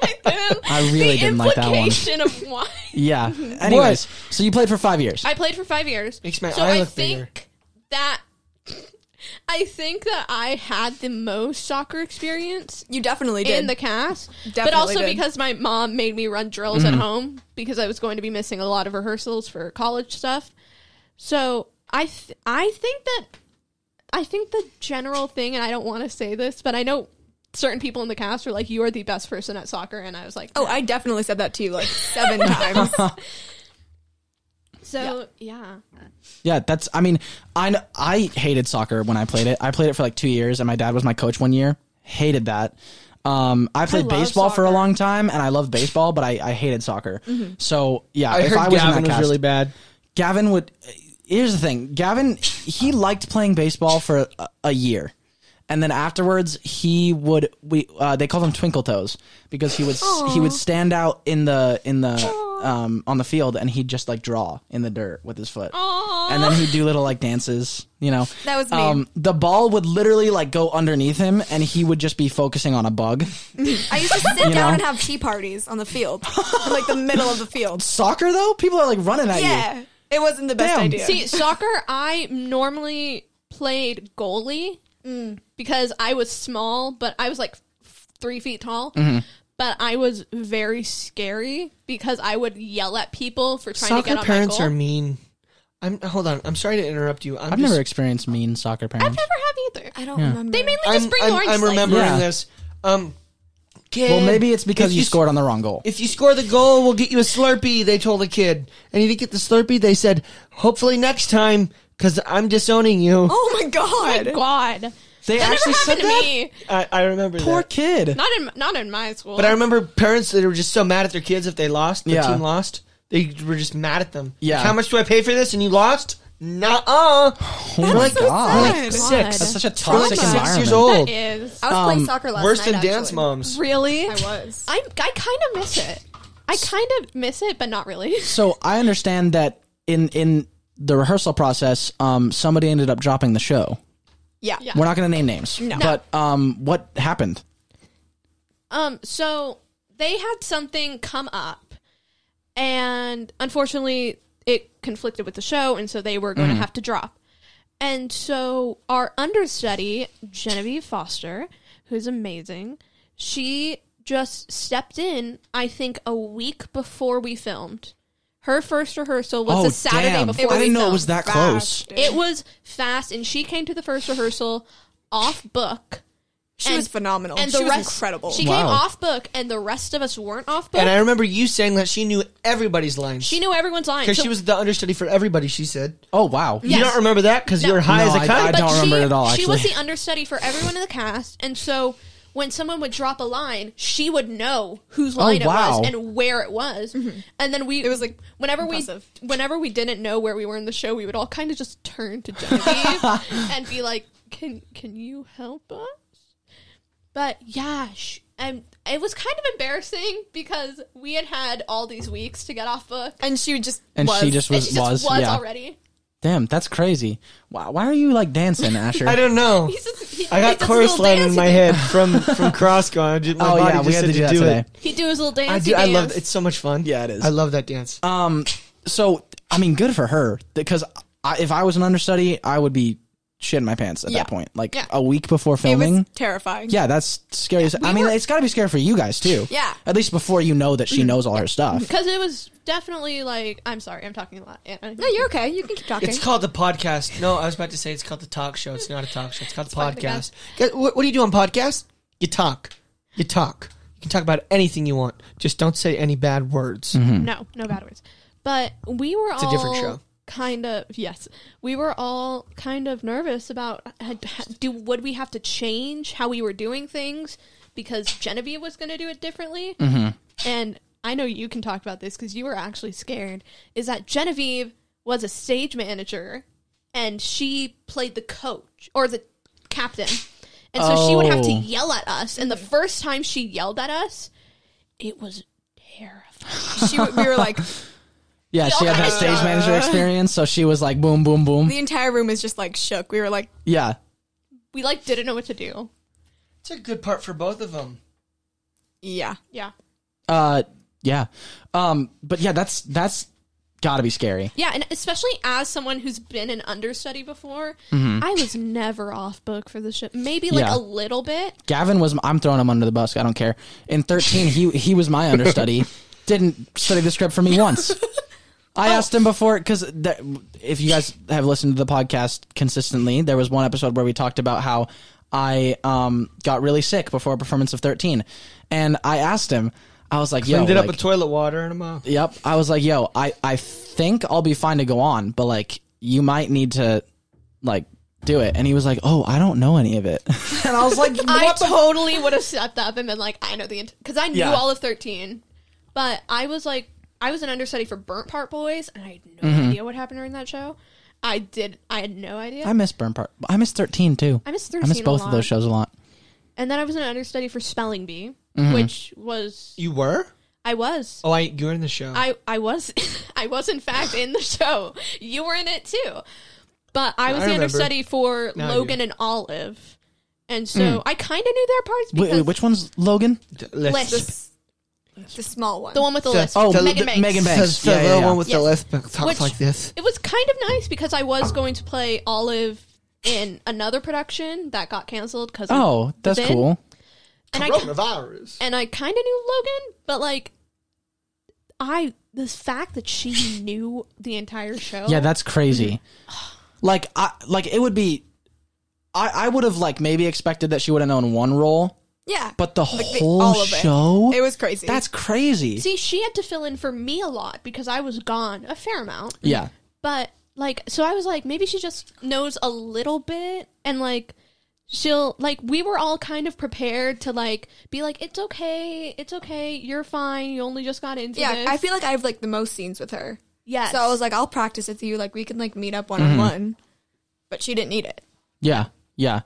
Speaker 2: I really
Speaker 3: the
Speaker 2: didn't like that one.
Speaker 3: implication of
Speaker 2: [laughs]
Speaker 3: why.
Speaker 2: Yeah.
Speaker 3: [laughs]
Speaker 2: Anyways, so you played for five years.
Speaker 3: I played for five years.
Speaker 1: Makes my
Speaker 3: so
Speaker 1: eye
Speaker 3: I
Speaker 1: look
Speaker 3: think
Speaker 1: bigger.
Speaker 3: that [laughs] I think that I had the most soccer experience
Speaker 4: You definitely did.
Speaker 3: in the cast, but
Speaker 4: Definitely
Speaker 3: also
Speaker 4: did.
Speaker 3: because my mom made me run drills at home because I was going to be missing a lot of rehearsals for college stuff. So I th- I think that I think the general thing, and I don't want to say this, but I know certain people in the cast were like, "You are the best person at soccer," and I was like,
Speaker 4: oh, I definitely said that to you like seven times.
Speaker 2: [laughs]
Speaker 3: so yeah."
Speaker 2: Yeah, that's. I mean, I kn- I hated soccer when I played it. I played it for like two years, and my dad was my coach one year. Hated that. Um, I played
Speaker 3: love
Speaker 2: baseball for a
Speaker 3: soccer. Mm-hmm.
Speaker 2: long time, and I loved baseball, but I, I hated soccer. So yeah,
Speaker 1: I
Speaker 2: if
Speaker 1: heard
Speaker 2: I was
Speaker 1: Gavin
Speaker 2: in that
Speaker 1: was
Speaker 2: cast,
Speaker 1: really bad.
Speaker 2: Gavin would. Here's the thing, Gavin. He liked playing baseball for a, a year, and then afterwards he would. We uh, they called him Twinkle Toes because he would s he would stand out in the in the um on the field and he'd just like draw in the dirt with his foot, and then he'd do little like dances. You know, Um,
Speaker 4: That was me.
Speaker 2: the ball would literally like go underneath him, and he would just be focusing on a bug.
Speaker 4: I used to sit down
Speaker 2: know?
Speaker 4: and have tea parties on the field, in, like the middle of
Speaker 2: [laughs]
Speaker 4: the field.
Speaker 2: Soccer though, people are like running at you.
Speaker 4: Yeah, it wasn't the best
Speaker 2: Damn.
Speaker 4: idea.
Speaker 3: See, soccer, I normally played goalie because I was small, but I was like f- three feet tall.
Speaker 1: Mm-hmm.
Speaker 3: But I was very scary because I would yell at people for trying to
Speaker 1: Soccer
Speaker 3: get on
Speaker 1: parents
Speaker 3: my
Speaker 1: are
Speaker 3: goal.
Speaker 1: mean. I'm hold on. I'm sorry to interrupt you. I'm
Speaker 2: I've
Speaker 1: just,
Speaker 2: never experienced mean soccer
Speaker 3: I've
Speaker 2: parents.
Speaker 3: never have either.
Speaker 4: I don't remember.
Speaker 3: They mainly
Speaker 1: I'm,
Speaker 3: just bring
Speaker 1: I'm,
Speaker 3: orange
Speaker 1: I'm
Speaker 3: slice.
Speaker 1: remembering
Speaker 2: Yeah.
Speaker 1: this. Um, kid,
Speaker 2: Well, maybe it's because
Speaker 1: if
Speaker 2: you,
Speaker 1: s-
Speaker 2: scored on the wrong goal.
Speaker 1: If you score the goal, we'll get you a Slurpee. They told a kid, and he didn't get the Slurpee. They said, "Hopefully next time, because I'm disowning you."
Speaker 4: oh my
Speaker 3: Oh
Speaker 4: god.
Speaker 3: my God.
Speaker 2: they
Speaker 3: That never happened to me.
Speaker 1: I, I remember
Speaker 2: Poor
Speaker 1: that.
Speaker 2: kid.
Speaker 3: Not in not in my school.
Speaker 1: But I remember parents that were just so mad at their kids if they lost. The
Speaker 2: Yeah.
Speaker 1: team lost. They were just mad at them.
Speaker 2: Yeah.
Speaker 1: Like, How much do I pay for this? And you lost? Nuh-uh. Oh
Speaker 2: my God.
Speaker 1: Like
Speaker 4: God.
Speaker 1: six.
Speaker 2: That's such a
Speaker 1: We're like
Speaker 2: toxic
Speaker 1: six
Speaker 2: environment.
Speaker 1: years old.
Speaker 3: that is
Speaker 4: I was playing
Speaker 2: Um,
Speaker 4: soccer last
Speaker 1: Worse
Speaker 4: night.
Speaker 1: than dance [laughs]
Speaker 4: actually.
Speaker 1: moms.
Speaker 3: really.
Speaker 4: I was.
Speaker 3: I'm, I kind of miss it. I kind of miss it, but not really.
Speaker 2: So I understand that in in the rehearsal process, um, somebody ended up dropping the show.
Speaker 4: Yeah.
Speaker 3: [laughs] Yeah.
Speaker 2: We're not going to name names, but um, what happened?
Speaker 3: Um, so they had something come up, and unfortunately, it conflicted with the show, and so they were
Speaker 2: Mm-hmm.
Speaker 3: going to have to drop. And so our understudy, Genevieve Foster, who's amazing, she just stepped in. I think a week before we filmed. Her first rehearsal was
Speaker 2: oh,
Speaker 3: a Saturday
Speaker 2: damn.
Speaker 3: before we
Speaker 2: I didn't know it
Speaker 3: filmed.
Speaker 2: was that close.
Speaker 3: It was fast, and she came to the first rehearsal off book.
Speaker 4: She
Speaker 3: and-
Speaker 4: was phenomenal.
Speaker 3: And
Speaker 4: she
Speaker 3: the
Speaker 4: was
Speaker 3: rest,
Speaker 4: incredible.
Speaker 3: She
Speaker 2: Wow.
Speaker 3: came off book, and the rest of us weren't off book.
Speaker 1: And I remember you saying that she knew everybody's lines.
Speaker 3: she knew everyone's lines.
Speaker 1: Because
Speaker 3: so-
Speaker 1: she was the understudy for everybody, she said.
Speaker 2: Oh wow.
Speaker 3: Yes.
Speaker 1: You don't remember that because you were high
Speaker 2: No,
Speaker 1: as a
Speaker 2: I
Speaker 1: kite.
Speaker 3: but
Speaker 2: don't
Speaker 3: she,
Speaker 2: remember it at all,
Speaker 3: She was
Speaker 2: actually.
Speaker 3: the understudy for everyone in the cast, and so when someone would drop a line, she would know whose line
Speaker 2: Oh, wow. Mm-hmm.
Speaker 3: it was and where it was. And then we, it was like whenever
Speaker 4: impressive.
Speaker 3: we, whenever we didn't know where we were in the show, we would all kind of just turn
Speaker 2: [laughs]
Speaker 3: to Genevieve and be like, "Can can you help us?" But yeah, sh- and it was kind of embarrassing because we had had all these weeks to get off book.
Speaker 4: and she just
Speaker 2: And
Speaker 4: was.
Speaker 2: she just
Speaker 3: It
Speaker 2: was
Speaker 3: just was,
Speaker 2: yeah.
Speaker 3: already.
Speaker 2: Damn, that's crazy. Why, why are you like dancing, Asher?
Speaker 1: I don't know.
Speaker 3: He's just- he-
Speaker 1: I
Speaker 3: he
Speaker 1: got
Speaker 3: does a
Speaker 1: chorus
Speaker 3: little
Speaker 1: line
Speaker 3: dance
Speaker 1: in
Speaker 3: he
Speaker 1: my
Speaker 3: did. [laughs]
Speaker 1: head from from Crosscon. I did- My
Speaker 2: oh
Speaker 1: body
Speaker 2: yeah,
Speaker 1: just
Speaker 2: we had
Speaker 1: said
Speaker 2: to do that
Speaker 1: do
Speaker 2: today.
Speaker 1: it.
Speaker 3: He'd do his little dance.
Speaker 1: I do.
Speaker 3: he'd
Speaker 1: I love.
Speaker 3: dance. Uh,
Speaker 1: It's so much fun.
Speaker 2: Yeah, it is.
Speaker 1: I love that dance.
Speaker 2: Um, so I mean, good for her because I, if I was an understudy, I would be shitting my pants at
Speaker 4: Yeah.
Speaker 2: that point. Like
Speaker 4: Yeah.
Speaker 2: a week before
Speaker 4: it
Speaker 2: filming.
Speaker 4: was terrifying.
Speaker 2: yeah, that's scary. as I mean, it's got to be scary for you guys too.
Speaker 4: Yeah.
Speaker 2: At least before you know that she knows all her
Speaker 3: [laughs]
Speaker 2: stuff.
Speaker 3: Because it was definitely like I'm sorry, I'm talking a lot. Anna.
Speaker 4: No, you're okay. You can keep talking.
Speaker 1: It's called the podcast. No, I was about to say it's called the talk show. It's not a talk show. It's called the
Speaker 3: fine, I
Speaker 1: podcast. Guys, What, what do you do on podcasts? You talk. You talk. You can talk about anything you want. Just don't say any bad words.
Speaker 3: no, no bad words. But we were
Speaker 1: Mm-hmm. a
Speaker 3: all
Speaker 1: different show.
Speaker 3: kind of yes, we were all kind of nervous about had, had- do would we have to change how we were doing things because Genevieve was going to do it differently.
Speaker 1: Mm-hmm.
Speaker 3: And I know you can talk about this because you were actually scared. Is that Genevieve was a stage manager and she played the coach or the captain. And so she would have to
Speaker 2: Oh.
Speaker 3: yell at us. And the first time she yelled at us, it was terrifying.
Speaker 4: she, we
Speaker 2: [laughs]
Speaker 4: were like,
Speaker 2: Yeah, she had
Speaker 3: all
Speaker 2: that
Speaker 3: kinda
Speaker 2: stage manager experience, so she was like boom, boom, boom.
Speaker 4: the entire room is just like shook. We were like,
Speaker 2: Yeah.
Speaker 3: we like didn't know what to do.
Speaker 1: It's a good part for both of them.
Speaker 4: yeah.
Speaker 3: Yeah.
Speaker 2: Uh, yeah. Um, but yeah, that's that's got to be scary.
Speaker 3: Yeah, and especially as someone who's been an understudy before, I was never off book for the show. Maybe like
Speaker 2: Mm-hmm. Yeah.
Speaker 3: a little bit.
Speaker 2: Gavin was I'm throwing him under the bus. I don't care. In 13, he he was my
Speaker 1: [laughs]
Speaker 2: understudy. Didn't study the script for me once. I
Speaker 1: Oh.
Speaker 2: asked him before because if you guys have listened to the podcast consistently, there was one episode where we talked about how I um, got really sick before a performance of 13, and I asked him. I was like, "Yo,
Speaker 1: Ended up
Speaker 2: like-
Speaker 1: with toilet water and a mouth.
Speaker 2: Yep. I was like, yo, I, I think I'll be fine to go on, but like you might need to like do it. And he was like, Oh, I don't know any of it. and I was like, What
Speaker 3: I
Speaker 2: the
Speaker 3: totally would have stepped up and been like, I know the because I knew
Speaker 2: Yeah.
Speaker 3: all of thirteen, but I was like, I was an understudy for Burnt Part Boys, and I had no
Speaker 2: Mm-hmm.
Speaker 3: idea what happened during that show. I did. I had no idea.
Speaker 2: I miss Burn Part. I miss thirteen too.
Speaker 3: I miss
Speaker 2: I miss
Speaker 3: 13 a
Speaker 2: both of
Speaker 3: lot.
Speaker 2: those shows a lot.
Speaker 3: and then I was an understudy for Spelling Bee,
Speaker 2: Mm-hmm.
Speaker 3: which was
Speaker 1: You were?
Speaker 3: I was.
Speaker 1: Oh, I you were in the show.
Speaker 3: I, I was [laughs] I was in fact in the show. You were in it too. But I was
Speaker 1: I
Speaker 3: the
Speaker 1: remember.
Speaker 3: understudy for
Speaker 1: Now I do.
Speaker 3: Logan and Olive. And so I kind of knew their parts
Speaker 2: Wait,
Speaker 3: because
Speaker 2: wait, Hmm. which one's Logan?
Speaker 1: D- let's-
Speaker 3: Lisp.
Speaker 4: This, the small one.
Speaker 3: the one with the
Speaker 1: The-
Speaker 3: list.
Speaker 2: Oh,
Speaker 1: the-
Speaker 3: Megan
Speaker 2: the-
Speaker 3: Banks.
Speaker 2: Megan Banks.
Speaker 1: Says the
Speaker 2: Yeah, yeah,
Speaker 1: little
Speaker 2: yeah.
Speaker 1: one with the
Speaker 3: Yes.
Speaker 1: left back talks
Speaker 3: Which-
Speaker 1: like this.
Speaker 3: It was kind of nice because I was going to play Olive in another production that got canceled cuz
Speaker 2: Oh, that's cool.
Speaker 3: And I
Speaker 1: Coronavirus.
Speaker 3: and I kind of knew Logan, but like I the fact that she knew the entire show.
Speaker 2: Yeah, that's
Speaker 3: [sighs]
Speaker 2: crazy. Like I like it would be I I would have like maybe expected that she would have known one role,
Speaker 4: Yeah.
Speaker 2: but the
Speaker 4: Like,
Speaker 2: whole
Speaker 4: all of it.
Speaker 2: show
Speaker 4: It was crazy.
Speaker 2: That's crazy.
Speaker 3: See, she had to fill in for me a lot because I was gone a fair amount.
Speaker 2: yeah.
Speaker 3: But like, so I was like, maybe she just knows a little bit, and like, she'll like. We were all kind of prepared to like be like, it's okay, it's okay, you're fine. You only just got into
Speaker 4: yeah.
Speaker 3: this.
Speaker 4: I feel like I have like the most scenes with her.
Speaker 3: yes.
Speaker 4: So I was like, I'll practice with you. Like we can like meet up one
Speaker 2: Mm-hmm.
Speaker 4: on one. But she didn't need it.
Speaker 2: Yeah. Yeah.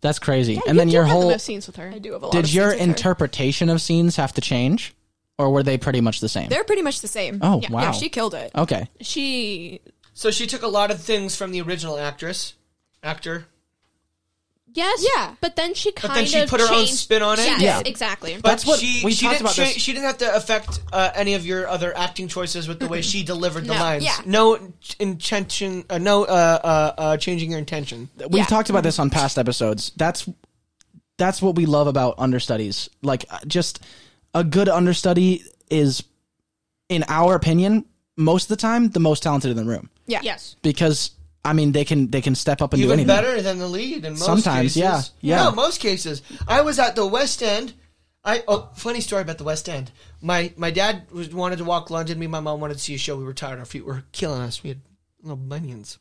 Speaker 2: That's crazy.
Speaker 3: Yeah,
Speaker 2: and
Speaker 3: you
Speaker 2: then
Speaker 3: do
Speaker 2: your
Speaker 3: have the
Speaker 2: whole
Speaker 3: most scenes with her.
Speaker 4: I do have a lot. of
Speaker 2: did your
Speaker 4: scenes with her.
Speaker 2: interpretation of scenes have to change or were they pretty much the same?
Speaker 4: They're pretty much the same.
Speaker 2: Oh,
Speaker 4: yeah.
Speaker 2: wow.
Speaker 4: Yeah, she killed it.
Speaker 2: okay.
Speaker 3: She,
Speaker 1: So she took a lot of things from the original actress, actor,
Speaker 3: yes,
Speaker 4: Yeah.
Speaker 3: But then she kind
Speaker 1: then she
Speaker 3: of
Speaker 1: put her own
Speaker 3: changed-
Speaker 1: spin on it?
Speaker 3: Yes,
Speaker 2: Yeah.
Speaker 3: exactly.
Speaker 1: but
Speaker 2: That's what
Speaker 1: she,
Speaker 2: we
Speaker 1: she
Speaker 2: talked
Speaker 1: didn't
Speaker 2: about
Speaker 1: cha-
Speaker 2: this.
Speaker 1: She didn't have to affect uh, any of your other acting choices with the way she delivered the
Speaker 3: No.
Speaker 1: lines.
Speaker 4: Yeah.
Speaker 1: No intention. Uh, no uh, uh, uh, changing your intention.
Speaker 2: We've
Speaker 4: Yeah. Mm-hmm.
Speaker 2: talked about this on past episodes. That's that's what we love about understudies. Like uh, just a good understudy is in our opinion most of the time the most talented in the room
Speaker 4: Yeah.
Speaker 3: Yes.
Speaker 2: because I mean they can they can step up and do
Speaker 1: Even
Speaker 2: anything.
Speaker 1: better than the lead in most
Speaker 2: Sometimes,
Speaker 1: cases.
Speaker 2: yeah, yeah.
Speaker 1: No, most cases. I was at the West End. I oh, funny story about the West End. My my dad was, wanted to walk London. Me and my mom wanted to see a show. We were tired. Our feet were killing us. We had little bunions.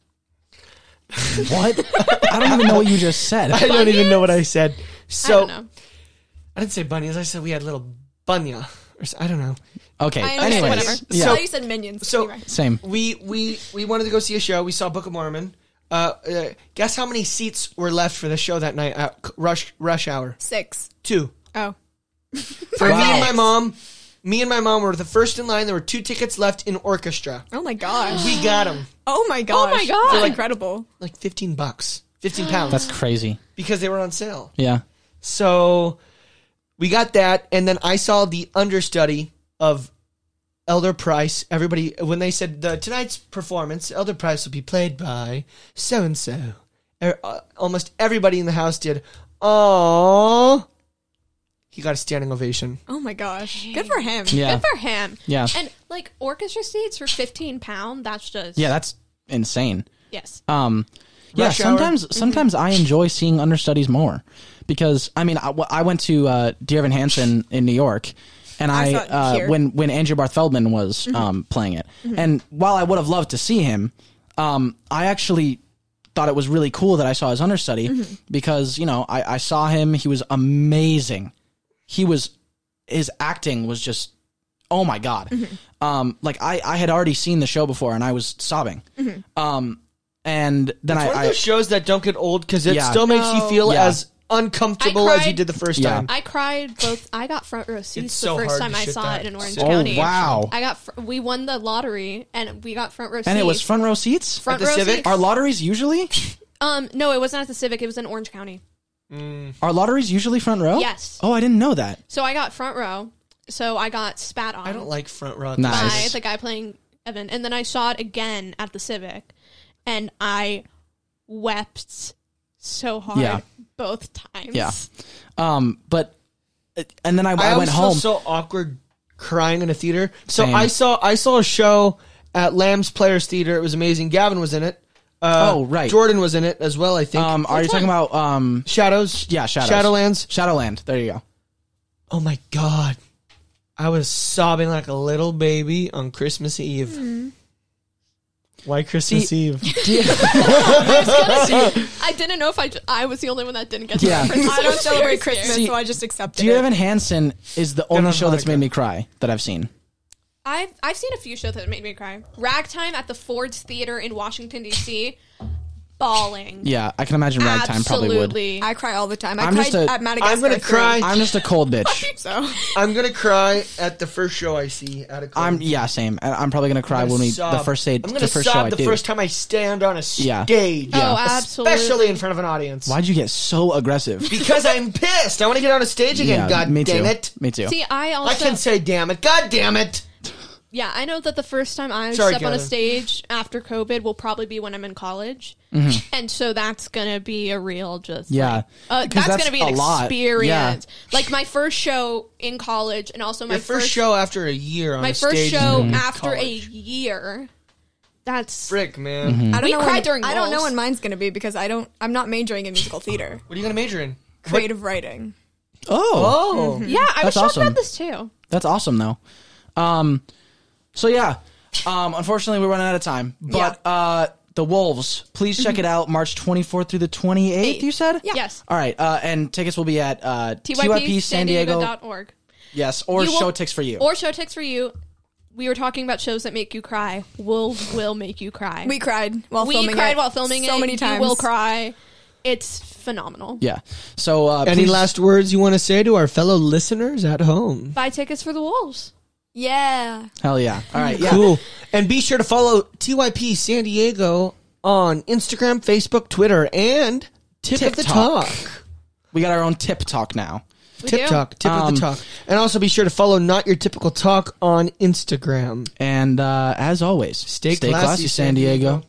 Speaker 2: What? I don't even know what you just said.
Speaker 1: I don't even know what I said. So
Speaker 3: I
Speaker 2: Oh,
Speaker 3: don't know.
Speaker 1: I didn't say bunions. I said we had little bunya. Or s- I don't know.
Speaker 2: Okay.
Speaker 4: I understand.
Speaker 2: Anyways,
Speaker 4: whatever.
Speaker 2: yeah.
Speaker 4: So you said minions.
Speaker 1: So
Speaker 4: anyway.
Speaker 2: Same.
Speaker 1: we we we wanted to go see a show. We saw Book of Mormon. Uh, uh, guess how many seats were left for the show that night at c- rush rush hour?
Speaker 4: six.
Speaker 1: Two.
Speaker 4: Oh.
Speaker 1: For me and my
Speaker 4: Perfect.
Speaker 1: mom, me and my mom were the first in line. There were two tickets left in orchestra.
Speaker 4: Oh my gosh.
Speaker 1: We got them
Speaker 4: Oh my gosh.
Speaker 3: my God.
Speaker 4: That's incredible.
Speaker 1: like fifteen bucks, fifteen pounds,
Speaker 2: That's crazy.
Speaker 1: because they were on sale.
Speaker 2: Yeah.
Speaker 1: So we got that, and then I saw the understudy of Elder Price. Everybody, when they said the tonight's performance, Elder Price will be played by so and so. Almost everybody in the house did. Oh, he got a standing ovation.
Speaker 4: Oh my gosh. Good for him.
Speaker 2: Yeah.
Speaker 3: Good for him.
Speaker 2: Yeah.
Speaker 3: And like orchestra seats for fifteen pound, that's just
Speaker 2: Yeah, that's insane.
Speaker 3: yes.
Speaker 2: Um yeah,
Speaker 1: Rush hour.
Speaker 2: sometimes
Speaker 4: Mm-hmm.
Speaker 2: sometimes I enjoy seeing understudies more because I mean I, w- I went to uh, Dear Evan Hansen in New York, and
Speaker 4: I
Speaker 2: I,
Speaker 4: saw it
Speaker 2: uh,
Speaker 4: here. Mm-hmm.
Speaker 2: when when Andrew Barth Feldman was um, playing it, and while I would have loved to see him, um, I actually thought it was really cool that I saw his understudy
Speaker 4: Mm-hmm.
Speaker 2: because you know I, I saw him he was amazing, he was his acting was just oh my god, um, like I I had already seen the show before and I was sobbing, um, and then I,
Speaker 1: One of
Speaker 2: I
Speaker 1: those shows that don't get old because it
Speaker 2: Yeah.
Speaker 1: still makes you feel
Speaker 2: Yeah.
Speaker 1: as uncomfortable
Speaker 3: I
Speaker 1: as you
Speaker 3: cried.
Speaker 1: did the first
Speaker 2: Yeah.
Speaker 1: time.
Speaker 3: I cried both. I got front row seats
Speaker 1: so
Speaker 3: the first
Speaker 1: hard
Speaker 3: time
Speaker 1: to
Speaker 3: I
Speaker 1: shit
Speaker 3: saw
Speaker 1: that.
Speaker 3: it in Orange
Speaker 1: Oh,
Speaker 3: County.
Speaker 2: wow.
Speaker 3: I got. Fr- we won the lottery and we got front row seats.
Speaker 2: And it was front row seats?
Speaker 3: front
Speaker 1: At the
Speaker 3: row
Speaker 1: Civic?
Speaker 3: seats.
Speaker 2: Are lotteries usually?
Speaker 3: um, no, it wasn't at the Civic. It was in Orange County.
Speaker 2: Are lotteries usually front row?
Speaker 3: Yes.
Speaker 2: Oh, I didn't know that.
Speaker 3: So I got front row. So I got spat on.
Speaker 1: I don't like front row.
Speaker 2: Nah.
Speaker 3: by
Speaker 2: Nice.
Speaker 3: the guy playing Evan, and then I saw it again at the Civic, and I wept so hard
Speaker 2: Yeah.
Speaker 3: both times. [laughs]
Speaker 2: Yeah. Um, but and then I,
Speaker 1: I,
Speaker 2: I,
Speaker 1: always
Speaker 2: went
Speaker 1: feel
Speaker 2: home.
Speaker 1: so awkward crying in a theater. So
Speaker 2: Same.
Speaker 1: I saw I saw a show at Lamb's Players Theater. It was amazing. Gavin was in it. Uh,
Speaker 2: Oh, right.
Speaker 1: Jordan was in it as well. I think.
Speaker 2: um, are you talking about um
Speaker 1: Shadows.
Speaker 2: yeah, Shadows.
Speaker 1: Shadowlands.
Speaker 2: Shadowland. There you go.
Speaker 1: Oh my god, I was sobbing like a little baby on Christmas Eve. Why Christmas
Speaker 2: See-
Speaker 1: Eve?
Speaker 3: I didn't know if I, ju- I was the only one that didn't get.
Speaker 2: Yeah.
Speaker 3: the reference.
Speaker 4: I don't celebrate
Speaker 3: Seriously.
Speaker 4: Christmas,
Speaker 2: See,
Speaker 4: so I just accepted
Speaker 2: [laughs] Dear
Speaker 4: it.
Speaker 2: Evan Hansen is the only
Speaker 1: Devin
Speaker 2: show that's
Speaker 1: Hanukkah.
Speaker 2: made me cry that I've seen.
Speaker 3: I've I've seen a few shows that made me cry. Ragtime at the Ford's Theater in Washington D.C. bawling.
Speaker 2: Yeah, I can imagine [laughs] Ragtime probably would.
Speaker 3: Absolutely.
Speaker 4: I cry all the time. I
Speaker 2: I'm
Speaker 4: cried
Speaker 2: just a-
Speaker 4: at Madagascar.
Speaker 1: I'm gonna
Speaker 4: three,
Speaker 1: cry.
Speaker 2: I'm just a cold
Speaker 1: [laughs]
Speaker 2: bitch.
Speaker 4: So
Speaker 1: I'm gonna cry at the first show I see at a club.
Speaker 2: I'm yeah, same. I- I'm probably gonna cry
Speaker 1: I'm gonna
Speaker 2: when we
Speaker 1: sob.
Speaker 2: the first aid
Speaker 1: I'm
Speaker 2: the
Speaker 1: gonna
Speaker 2: first show
Speaker 1: sob
Speaker 2: I
Speaker 1: the
Speaker 2: do.
Speaker 1: first time I stand on a
Speaker 2: Yeah.
Speaker 1: stage.
Speaker 3: Oh, absolutely.
Speaker 1: Especially in front of an audience.
Speaker 2: Why'd you get so aggressive?
Speaker 1: Because I'm pissed. I want to get on a stage again.
Speaker 2: yeah,
Speaker 1: God
Speaker 2: me
Speaker 1: damn
Speaker 2: too.
Speaker 1: it.
Speaker 2: Me too.
Speaker 3: See,
Speaker 1: I
Speaker 3: I also
Speaker 1: can say damn it. God damn it.
Speaker 3: yeah, I know that the first time I
Speaker 1: Sorry,
Speaker 3: step on a
Speaker 1: Kevin.
Speaker 3: stage after COVID will probably be when I'm in college, and so that's gonna be a real just
Speaker 2: Mm-hmm. Yeah.
Speaker 3: like, uh,
Speaker 2: 'Cause
Speaker 3: that's,
Speaker 2: that's
Speaker 3: gonna be an
Speaker 2: a lot.
Speaker 3: experience.
Speaker 2: Yeah.
Speaker 3: Like my first show in college, and also my
Speaker 1: Your first, show after a year on
Speaker 3: my
Speaker 1: a
Speaker 3: first
Speaker 1: stage
Speaker 3: show
Speaker 1: in
Speaker 3: after a
Speaker 1: college.
Speaker 3: year. That's
Speaker 1: frick, man.
Speaker 2: Mm-hmm.
Speaker 4: I don't
Speaker 3: We
Speaker 4: know
Speaker 3: cried
Speaker 4: when,
Speaker 3: during
Speaker 4: I don't know
Speaker 3: Wolves.
Speaker 4: when mine's gonna be because I don't. I'm not majoring in musical theater.
Speaker 1: What are you gonna major in?
Speaker 4: Creative writing.
Speaker 2: Oh,
Speaker 1: Oh,
Speaker 3: yeah. I
Speaker 2: That's
Speaker 3: was shocked
Speaker 2: awesome.
Speaker 3: about this too.
Speaker 2: that's awesome though. Um, so yeah, um, unfortunately we're running out of time, but uh, the Wolves, please check it out March 24th through the 28th. You said
Speaker 4: Yeah.
Speaker 3: Mm-hmm. Yes.
Speaker 2: All right, uh, and tickets will be at uh, TYP San Diego.
Speaker 3: TYPSanDiego.org.
Speaker 2: yes, or
Speaker 3: You will-
Speaker 2: show ticks for you.
Speaker 3: or show ticks for you. We were talking about shows that make you cry. Wolves will make you cry.
Speaker 4: We cried while
Speaker 3: We
Speaker 4: filming.
Speaker 3: cried
Speaker 4: it
Speaker 3: while filming
Speaker 4: so
Speaker 3: it.
Speaker 4: many
Speaker 3: You
Speaker 4: times.
Speaker 3: will cry. It's phenomenal.
Speaker 2: yeah. So uh,
Speaker 1: Any
Speaker 2: please-
Speaker 1: last words you want to say to our fellow listeners at home?
Speaker 3: Buy tickets for the Wolves.
Speaker 4: Yeah.
Speaker 2: Hell yeah! All right, yeah.
Speaker 1: Cool. And be sure to follow TYP San Diego on Instagram, Facebook, Twitter, and Tip of the
Speaker 2: TikTok.
Speaker 1: Talk.
Speaker 2: We got our own tip talk now.
Speaker 3: We
Speaker 1: Tip
Speaker 3: do.
Speaker 1: Talk. Tip of
Speaker 2: Um,
Speaker 1: the Talk. And also be sure to follow Not Your Typical Talk on Instagram.
Speaker 2: And uh, as always, stay,
Speaker 1: classy, San Diego.